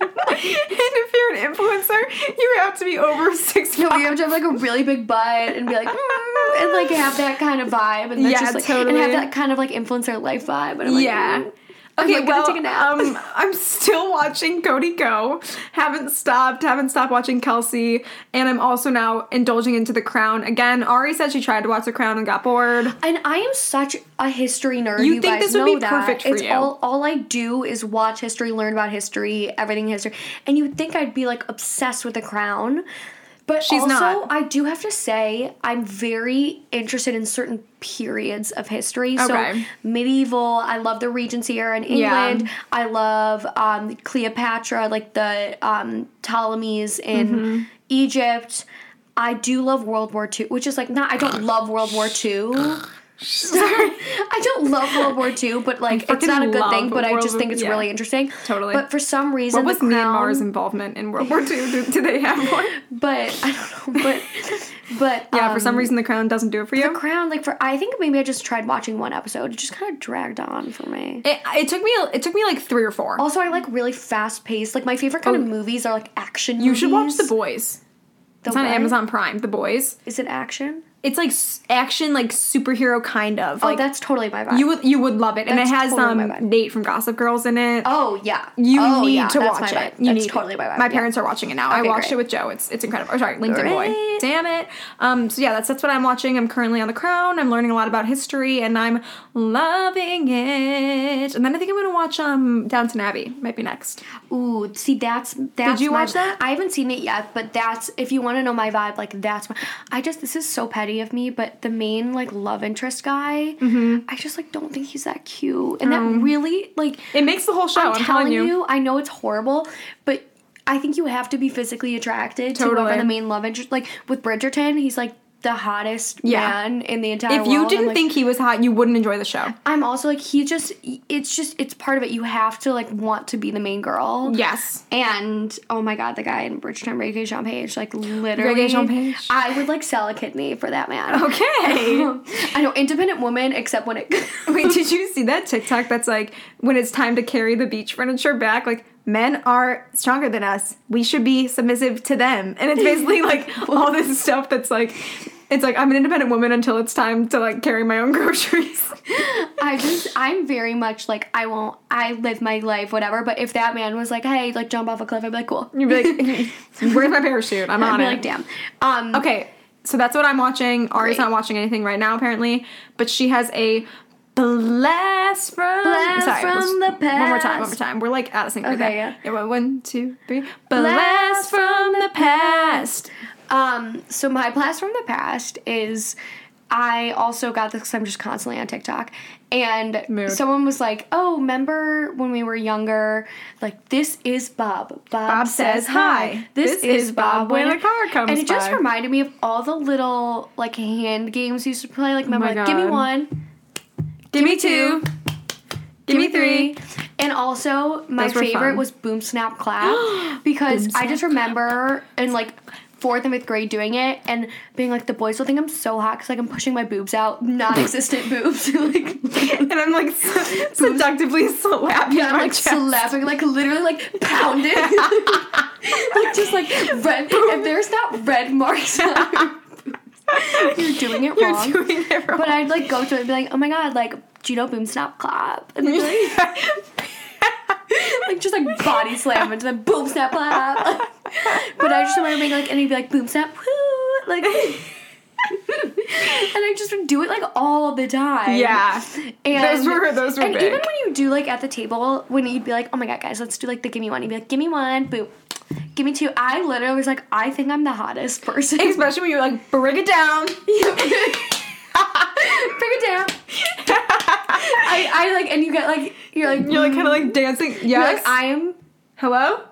Speaker 1: and if you're an influencer, you have to be over six.
Speaker 2: you know,
Speaker 1: five.
Speaker 2: you have to have like a really big butt and be like "Mm," and like have that kind of vibe and that's
Speaker 1: Yeah,
Speaker 2: just like and
Speaker 1: totally.
Speaker 2: have that kind of like influencer life vibe. And I'm like,
Speaker 1: Yeah.
Speaker 2: "Mm."
Speaker 1: Okay,
Speaker 2: like, gonna
Speaker 1: well,
Speaker 2: take a nap.
Speaker 1: um, I'm still watching Cody go. Haven't stopped. Haven't stopped watching Kelsey, and I'm also now indulging into The Crown again. Ari said she tried to watch The Crown and got bored.
Speaker 2: And I am such a history nerd.
Speaker 1: You
Speaker 2: You,
Speaker 1: think
Speaker 2: guys
Speaker 1: this would
Speaker 2: know
Speaker 1: be
Speaker 2: that.
Speaker 1: perfect for
Speaker 2: it's
Speaker 1: you.
Speaker 2: all all I do is watch history, learn about history, everything history. And you would think I'd be like obsessed with the crown. But
Speaker 1: She's
Speaker 2: also
Speaker 1: not.
Speaker 2: I do have to say I'm very interested in certain periods of history.
Speaker 1: Okay.
Speaker 2: So medieval, I love the Regency era in
Speaker 1: Yeah.
Speaker 2: England. I love um, Cleopatra, like the um, Ptolemies in
Speaker 1: Mm-hmm.
Speaker 2: Egypt. I do love World War II, which is like not I don't love World War II.
Speaker 1: Sorry.
Speaker 2: I don't love World War II, but like it's
Speaker 1: freaking
Speaker 2: not a good
Speaker 1: love
Speaker 2: thing. But I
Speaker 1: World
Speaker 2: just
Speaker 1: War-
Speaker 2: think it's
Speaker 1: yeah.
Speaker 2: really interesting.
Speaker 1: Totally.
Speaker 2: But for some reason,
Speaker 1: What was
Speaker 2: the crown,
Speaker 1: Myanmar's involvement in World War II? Do, do they have one?
Speaker 2: But I don't know. But but
Speaker 1: Yeah, for
Speaker 2: um,
Speaker 1: some reason The Crown doesn't do it for you.
Speaker 2: the crown. Like for I think maybe I just tried watching one episode. It just kind of dragged on for me.
Speaker 1: it, it took me it took me like three or four. Oh.
Speaker 2: Also, I like really fast paced. Like my favorite kind of movies are like action.
Speaker 1: you should watch The Boys.
Speaker 2: The
Speaker 1: It's on
Speaker 2: what?
Speaker 1: Amazon Prime. The Boys.
Speaker 2: Is it action?
Speaker 1: It's like s- action, like superhero kind of.
Speaker 2: oh,
Speaker 1: Like
Speaker 2: that's totally my vibe.
Speaker 1: you would you would love it, and it
Speaker 2: That's
Speaker 1: has
Speaker 2: totally my vibe.
Speaker 1: um Nate from Gossip Girls in it.
Speaker 2: oh yeah.
Speaker 1: You
Speaker 2: Oh,
Speaker 1: need
Speaker 2: yeah,
Speaker 1: to
Speaker 2: that's
Speaker 1: watch
Speaker 2: my
Speaker 1: it.
Speaker 2: Vibe.
Speaker 1: You
Speaker 2: that's
Speaker 1: need
Speaker 2: totally my vibe.
Speaker 1: My
Speaker 2: yeah.
Speaker 1: parents are watching it now. I
Speaker 2: Okay,
Speaker 1: watched
Speaker 2: great.
Speaker 1: it with Joe. It's it's incredible. Or sorry, LinkedIn
Speaker 2: Great.
Speaker 1: boy. Damn it. Um. So yeah, that's that's what I'm watching. I'm currently on The Crown. I'm learning a lot about history, and I'm loving it. And then I think I'm gonna watch um Downton Abbey. Might be next.
Speaker 2: Ooh, see, that's that's.
Speaker 1: you
Speaker 2: my-
Speaker 1: watch that?
Speaker 2: I haven't seen it yet, but that's if you want to know my vibe, like that's my. I just this is so petty of me, but the main like love interest guy,
Speaker 1: Mm-hmm.
Speaker 2: I just like don't think he's that cute, and that really like.
Speaker 1: It makes the whole show. Oh. I'm,
Speaker 2: I'm telling you, I know it's horrible, but I think you have to be physically attracted to whoever
Speaker 1: Totally.
Speaker 2: the main love interest. Like with Bridgerton, he's like the hottest
Speaker 1: Yeah.
Speaker 2: man in the entire
Speaker 1: If
Speaker 2: world.
Speaker 1: you
Speaker 2: I'm
Speaker 1: didn't
Speaker 2: like-
Speaker 1: think he was hot, you wouldn't enjoy the show.
Speaker 2: I'm also like he just it's just it's part of it. You have to like want to be the main girl.
Speaker 1: Yes.
Speaker 2: And oh my god, the guy in Bridgerton, Reggae Jean Page, like literally,
Speaker 1: Reggae Jean Page.
Speaker 2: I would like sell a kidney for that man.
Speaker 1: Okay.
Speaker 2: I know, independent woman, except when it.
Speaker 1: Wait, did you see that TikTok that's like when it's time to carry the beach furniture back, like men are stronger than us. We should be submissive to them. And it's basically like all this stuff that's like it's like I'm an independent woman until it's time to like carry my own groceries.
Speaker 2: I just, I'm very much like I won't. I live my life, whatever. But if that man was like, hey, like jump off a cliff, I'd be like, cool.
Speaker 1: You'd be like, Where's my parachute? I'm
Speaker 2: I'd
Speaker 1: on
Speaker 2: be
Speaker 1: it.
Speaker 2: like, damn. Um,
Speaker 1: Okay, so that's what I'm watching. Ari's
Speaker 2: Great.
Speaker 1: not watching anything right now, apparently, but she has a blast from
Speaker 2: Blast
Speaker 1: let's-
Speaker 2: from the
Speaker 1: One more time, one more
Speaker 2: past.
Speaker 1: time. We're like out of sync.
Speaker 2: Okay, yeah.
Speaker 1: one- one, two, three. Blast from the past.
Speaker 2: Um, so my blast from the past is I also got this because I'm just constantly on TikTok. And
Speaker 1: Mood.
Speaker 2: someone was like, Oh, remember when we were younger? Like, this is Bob. Bob,
Speaker 1: says hi.
Speaker 2: This, is Bob when, a
Speaker 1: car comes
Speaker 2: And it just
Speaker 1: by."
Speaker 2: reminded me of all the little like hand games we used to play. Like, remember,
Speaker 1: Oh my
Speaker 2: like, give me
Speaker 1: God.
Speaker 2: one,
Speaker 1: Give me two. Give me three.
Speaker 2: And also, my
Speaker 1: Those were
Speaker 2: favorite
Speaker 1: fun.
Speaker 2: was Boom Snap Clap because
Speaker 1: Boom,
Speaker 2: I just remember in like fourth and fifth grade doing it and being like, the boys will think I'm so hot because like I'm pushing my boobs out, non-existent boobs, like.
Speaker 1: And I'm like s- seductively slapping
Speaker 2: Yeah, I'm
Speaker 1: my
Speaker 2: like
Speaker 1: chest.
Speaker 2: slapping, like literally, like pounding, like just like red. If there's not red marks, on your boobs, you're doing it
Speaker 1: You're
Speaker 2: wrong.
Speaker 1: doing it wrong.
Speaker 2: but I'd like go to it and be like, oh my god, like do you know boom snap clap? And then, like, like just like body slam into the boom snap clap. but I just remember being like, and he'd be like boom snap woo, like, and I just would do it like all the time.
Speaker 1: yeah.
Speaker 2: And,
Speaker 1: Those were- those were
Speaker 2: and
Speaker 1: big.
Speaker 2: even when you do like at the table, when you'd be like, oh my god, guys, let's do like the gimme one. You'd be like, gimme one, boom, gimme two. I literally was like, I think I'm the hottest person.
Speaker 1: Especially when you like bring it down.
Speaker 2: Bring it down. I, I like, and you get like, you're like,
Speaker 1: You're like kind of like dancing. Yes.
Speaker 2: you're like, I am,
Speaker 1: Hello?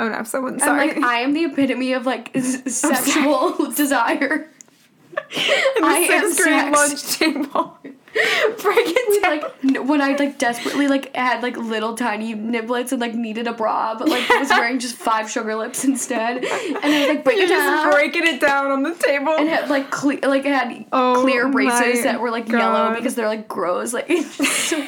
Speaker 1: Oh no, someone.
Speaker 2: I'm
Speaker 1: Sorry.
Speaker 2: like, I am the epitome of like s- sexual desire.
Speaker 1: in the
Speaker 2: I am
Speaker 1: sixth grade
Speaker 2: sex.
Speaker 1: lunch table. Break it down.
Speaker 2: Like n- when I like desperately like had like little tiny niblets and like needed a bra, but like was wearing just five sugar lips instead, and I was like break
Speaker 1: You're
Speaker 2: it down.
Speaker 1: just breaking it down on the table.
Speaker 2: and had like cle- like I had
Speaker 1: Oh
Speaker 2: clear braces
Speaker 1: my
Speaker 2: that were like yellow
Speaker 1: God.
Speaker 2: because they're like gross, like so,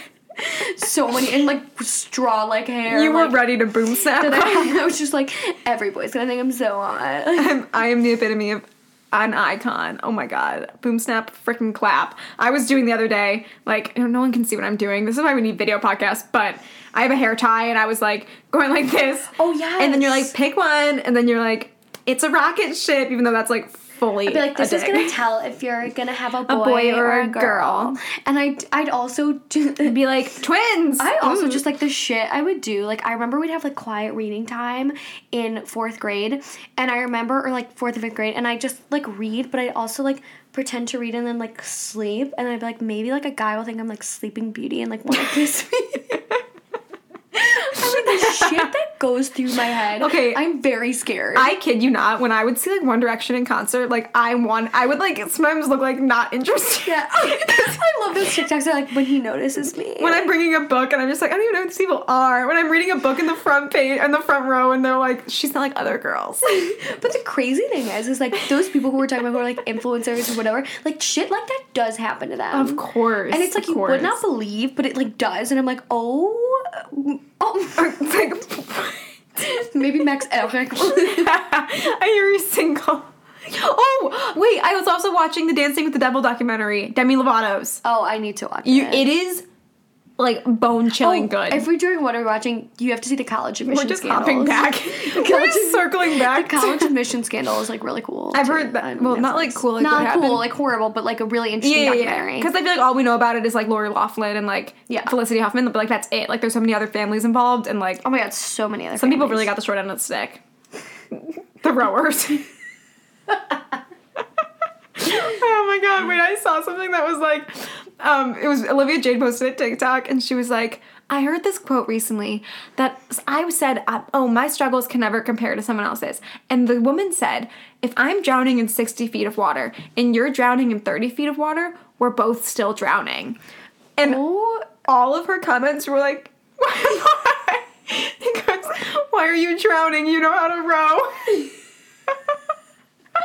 Speaker 2: so many and like straw like hair.
Speaker 1: you were
Speaker 2: like,
Speaker 1: ready to boom snap.
Speaker 2: that I, I was just like, every boy's gonna think I'm so hot.
Speaker 1: I'm, I am the epitome of an icon. Oh my god. Boom snap, freaking clap. I was doing the other day, like, no one can see what I'm doing. This is why we need video podcasts, but I have a hair tie and I was like going like this.
Speaker 2: Oh, yes.
Speaker 1: And then you're like, pick one. And then you're like, it's a rocket ship, even though that's like fully.
Speaker 2: Be like, this
Speaker 1: a
Speaker 2: is
Speaker 1: dick.
Speaker 2: gonna tell if you're gonna have a boy,
Speaker 1: boy
Speaker 2: or,
Speaker 1: or
Speaker 2: a
Speaker 1: a
Speaker 2: girl.
Speaker 1: girl.
Speaker 2: And I, I'd also do.
Speaker 1: be like twins.
Speaker 2: I also
Speaker 1: Mm.
Speaker 2: just like the shit I would do. Like I remember we'd have like quiet reading time in fourth grade, and I remember or like fourth or fifth grade, and I just like read, but I'd also like pretend to read and then like sleep, and I'd be like maybe like a guy will think I'm like Sleeping Beauty and like want to kiss me. I mean the shit that goes through my head.
Speaker 1: Okay.
Speaker 2: I'm very scared.
Speaker 1: I kid you not. When I would see like One Direction in concert, like I want, I would like sometimes look like not interested.
Speaker 2: yeah, I love those TikToks. That, like when he notices me.
Speaker 1: When I'm bringing a book and I'm just like, I don't even know who these people are. When I'm reading a book in the front page, in the front row, and they're like, she's not like other girls.
Speaker 2: But the crazy thing is, is like those people who we're talking about who are like influencers or whatever, like shit like that does happen to them.
Speaker 1: Of course,
Speaker 2: And it's like
Speaker 1: of
Speaker 2: you would
Speaker 1: course.
Speaker 2: not believe, but it like does. And I'm like, oh, oh.
Speaker 1: it's like,
Speaker 2: Maybe Max Eric.
Speaker 1: Every single. Oh wait! I was also watching the Dancing with the Devil documentary, Demi Lovato's.
Speaker 2: oh, I need to watch
Speaker 1: You,
Speaker 2: it. Oh,
Speaker 1: it is like bone chilling good.
Speaker 2: If we're doing what are we watching, you have to see the college admission
Speaker 1: We're just
Speaker 2: scandals.
Speaker 1: hopping back. We're just circling
Speaker 2: The
Speaker 1: back. to-
Speaker 2: college admission scandal is like really cool.
Speaker 1: I've
Speaker 2: too,
Speaker 1: heard that-
Speaker 2: on
Speaker 1: well, not, like, cool, like,
Speaker 2: not
Speaker 1: what
Speaker 2: cool,
Speaker 1: happened.
Speaker 2: like horrible, but like a really interesting
Speaker 1: yeah, yeah,
Speaker 2: documentary.
Speaker 1: yeah. Because I feel like all we know about it is like Lori Laughlin and like
Speaker 2: Yeah.
Speaker 1: Felicity Huffman, but like that's it. Like there's so many other families involved, and like
Speaker 2: oh my god, so many other
Speaker 1: some people
Speaker 2: families.
Speaker 1: really got the short end of the stick. the rowers. oh my god! Wait, I saw something that was like, um, it was Olivia Jade posted it TikTok, and she was like. I heard this quote recently that I said, uh, "Oh, my struggles can never compare to someone else's." And the woman said, "If I'm drowning in 60 feet of water and you're drowning in 30 feet of water, we're both still drowning." And
Speaker 2: Oh.
Speaker 1: all of her comments were like, why? Because, why are you drowning? You know how to row.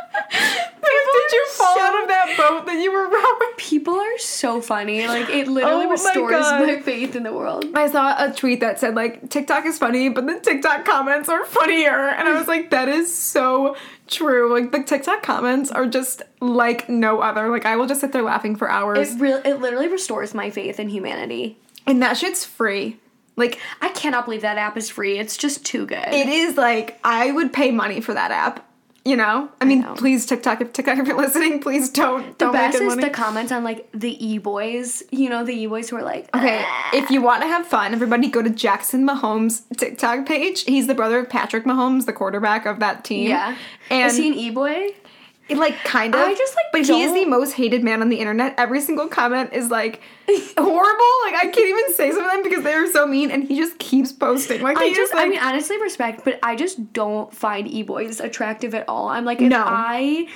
Speaker 1: Did you fall out of that boat that you were rowing?
Speaker 2: People are so funny. Like it
Speaker 1: Oh
Speaker 2: literally
Speaker 1: my
Speaker 2: restores
Speaker 1: God.
Speaker 2: my faith in the world.
Speaker 1: I saw a tweet that said, like, TikTok is funny, but the TikTok comments are funnier. And I was like, that is so true. Like, the TikTok comments are just like no other. Like, I will just sit there laughing for hours.
Speaker 2: It really, it literally restores my faith in humanity.
Speaker 1: and that shit's free. Like,
Speaker 2: I cannot believe that app is free. It's just too good.
Speaker 1: it is like I would pay money for that app. You know, I mean,
Speaker 2: know.
Speaker 1: please TikTok if TikTok if you're listening, please don't
Speaker 2: the
Speaker 1: don't make
Speaker 2: best
Speaker 1: it
Speaker 2: is
Speaker 1: money.
Speaker 2: the comments on like the e boys. You know the e boys who are like,
Speaker 1: Okay,
Speaker 2: "Ah."
Speaker 1: if you want to have fun, everybody go to Jackson Mahomes' TikTok page. He's the brother of Patrick Mahomes, the quarterback of that team.
Speaker 2: yeah.
Speaker 1: and
Speaker 2: is he an e boy?
Speaker 1: It, like kind of.
Speaker 2: I just, like,
Speaker 1: but he is
Speaker 2: don't-
Speaker 1: the most hated man on the internet. Every single comment is like horrible. Like I can't even say some of them because they are so mean, and he just keeps posting. Like
Speaker 2: I
Speaker 1: he
Speaker 2: just,
Speaker 1: just like
Speaker 2: I mean, honestly, respect, but I just don't find e boys attractive at all. I'm like, if
Speaker 1: No.
Speaker 2: I,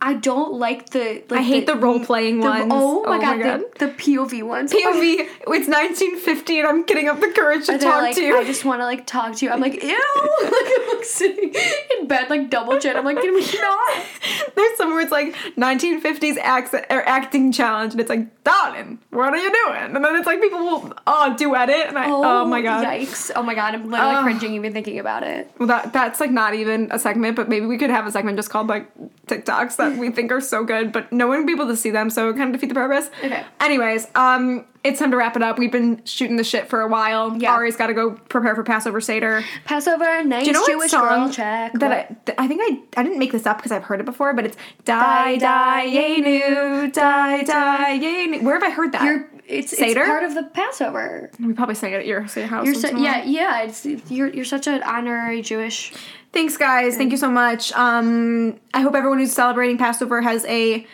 Speaker 2: I don't like the. Like
Speaker 1: I hate the, role playing
Speaker 2: the-
Speaker 1: ones.
Speaker 2: Oh my god, The, the POV ones.
Speaker 1: POV. It's 1950, and I'm getting up the courage to
Speaker 2: And they're
Speaker 1: talk
Speaker 2: like,
Speaker 1: to you.
Speaker 2: I just want to like talk to you. I'm like, ew! like I'm like sitting in bed, like double chin. I'm like, can we not?
Speaker 1: There's some where it's like 1950s accent or er, acting challenge, and it's like, darling, what are you doing? And then it's like people will oh duet it, and I oh, my god.
Speaker 2: Yikes! Oh my god! I'm literally
Speaker 1: Ugh.
Speaker 2: cringing even thinking about it.
Speaker 1: Well, that that's like not even a segment, but maybe we could have a segment just called like TikToks that we think are so good, but no one would be able to see them, so it kind of defeat the purpose.
Speaker 2: Okay.
Speaker 1: Anyways, um, it's time to wrap it up. We've been shooting the shit for a while.
Speaker 2: Yeah.
Speaker 1: Ari's got to go prepare for Passover Seder.
Speaker 2: Passover, nice
Speaker 1: Do you know what
Speaker 2: Jewish
Speaker 1: song
Speaker 2: girl check.
Speaker 1: that I, th- I think I I didn't make this up because I've heard it before, but it's Die
Speaker 2: Die,
Speaker 1: Die Yenu Die Die Yenu. Where have I heard that?
Speaker 2: You're, it's, it's
Speaker 1: Seder?
Speaker 2: part of the Passover.
Speaker 1: we probably sang it at your, so your house.
Speaker 2: You're
Speaker 1: once
Speaker 2: so,
Speaker 1: in a while.
Speaker 2: yeah, yeah. It's you're you're such an honorary Jewish.
Speaker 1: Thanks, guys. Thank you so much. Um, I hope everyone who's celebrating Passover has a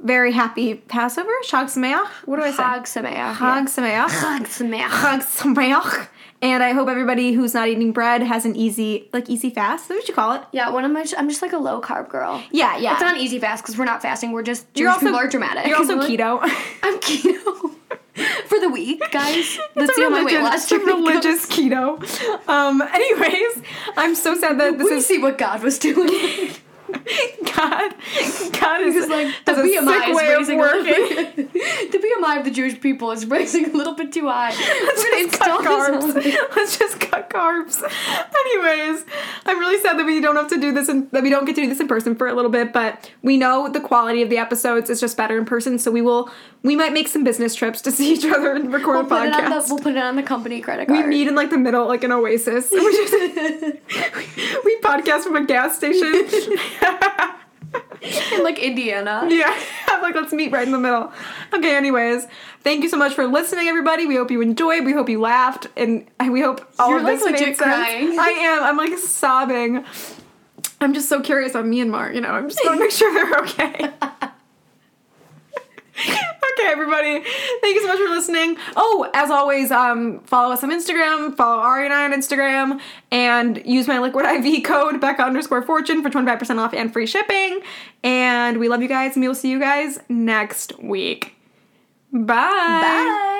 Speaker 1: very happy Passover. Chag Sameach. What do I say?
Speaker 2: Chag Sameach.
Speaker 1: Chag Sameach.
Speaker 2: Chag Sameach.
Speaker 1: Chag Sameach. And I hope everybody who's not eating bread has an easy, like easy fast. Is that what you call it?
Speaker 2: Yeah, one of my I'm just like a low carb girl.
Speaker 1: Yeah, yeah.
Speaker 2: It's not easy fast because we're not fasting. We're just Jewish
Speaker 1: you're also
Speaker 2: people are dramatic.
Speaker 1: You're also
Speaker 2: I'm like,
Speaker 1: keto.
Speaker 2: I'm keto for the week, guys.
Speaker 1: It's
Speaker 2: Let's
Speaker 1: a
Speaker 2: see how my weight
Speaker 1: religion-
Speaker 2: loss
Speaker 1: it's a
Speaker 2: journey goes.
Speaker 1: religious keto. Um, anyways, I'm so sad that this
Speaker 2: We
Speaker 1: is
Speaker 2: see what God was doing.
Speaker 1: God. God is
Speaker 2: It's like the
Speaker 1: has a
Speaker 2: BMI
Speaker 1: sick
Speaker 2: is
Speaker 1: way of
Speaker 2: raising a little
Speaker 1: working.
Speaker 2: bit. the BMI of the Jewish people is raising a little bit too high.
Speaker 1: Let's
Speaker 2: We're gonna
Speaker 1: just cut
Speaker 2: install this
Speaker 1: carbs.
Speaker 2: on-
Speaker 1: Let's just cut carbs. Anyways, I'm really sad that we don't have to do this and that we don't get to do this in person for a little bit, but we know the quality of the episodes is just better in person, so we will we might make some business trips to see each other and record
Speaker 2: We'll
Speaker 1: a
Speaker 2: put, it on the,
Speaker 1: podcast.
Speaker 2: we'll put it on the company credit
Speaker 1: We
Speaker 2: card.
Speaker 1: meet in like the middle, like an oasis. We just we podcast from a gas station.
Speaker 2: in like Indiana.
Speaker 1: Yeah, I'm like, let's meet right in the middle. Okay, anyways, thank you so much for listening, everybody. We hope you enjoyed. We hope you laughed, and I- we hope all
Speaker 2: You're,
Speaker 1: of
Speaker 2: like,
Speaker 1: this
Speaker 2: legit
Speaker 1: made sense.
Speaker 2: crying.
Speaker 1: I am. I'm like sobbing. I'm just so curious on Myanmar. You know, I'm just want to make sure they're okay. okay, everybody, thank you so much for listening. Oh, as always, um, follow us on Instagram. Follow Ari and I on Instagram, and use my Liquid IV code Becca underscore Fortune for twenty five percent off and free shipping. And we love you guys, and we will see you guys next week. Bye.
Speaker 2: Bye.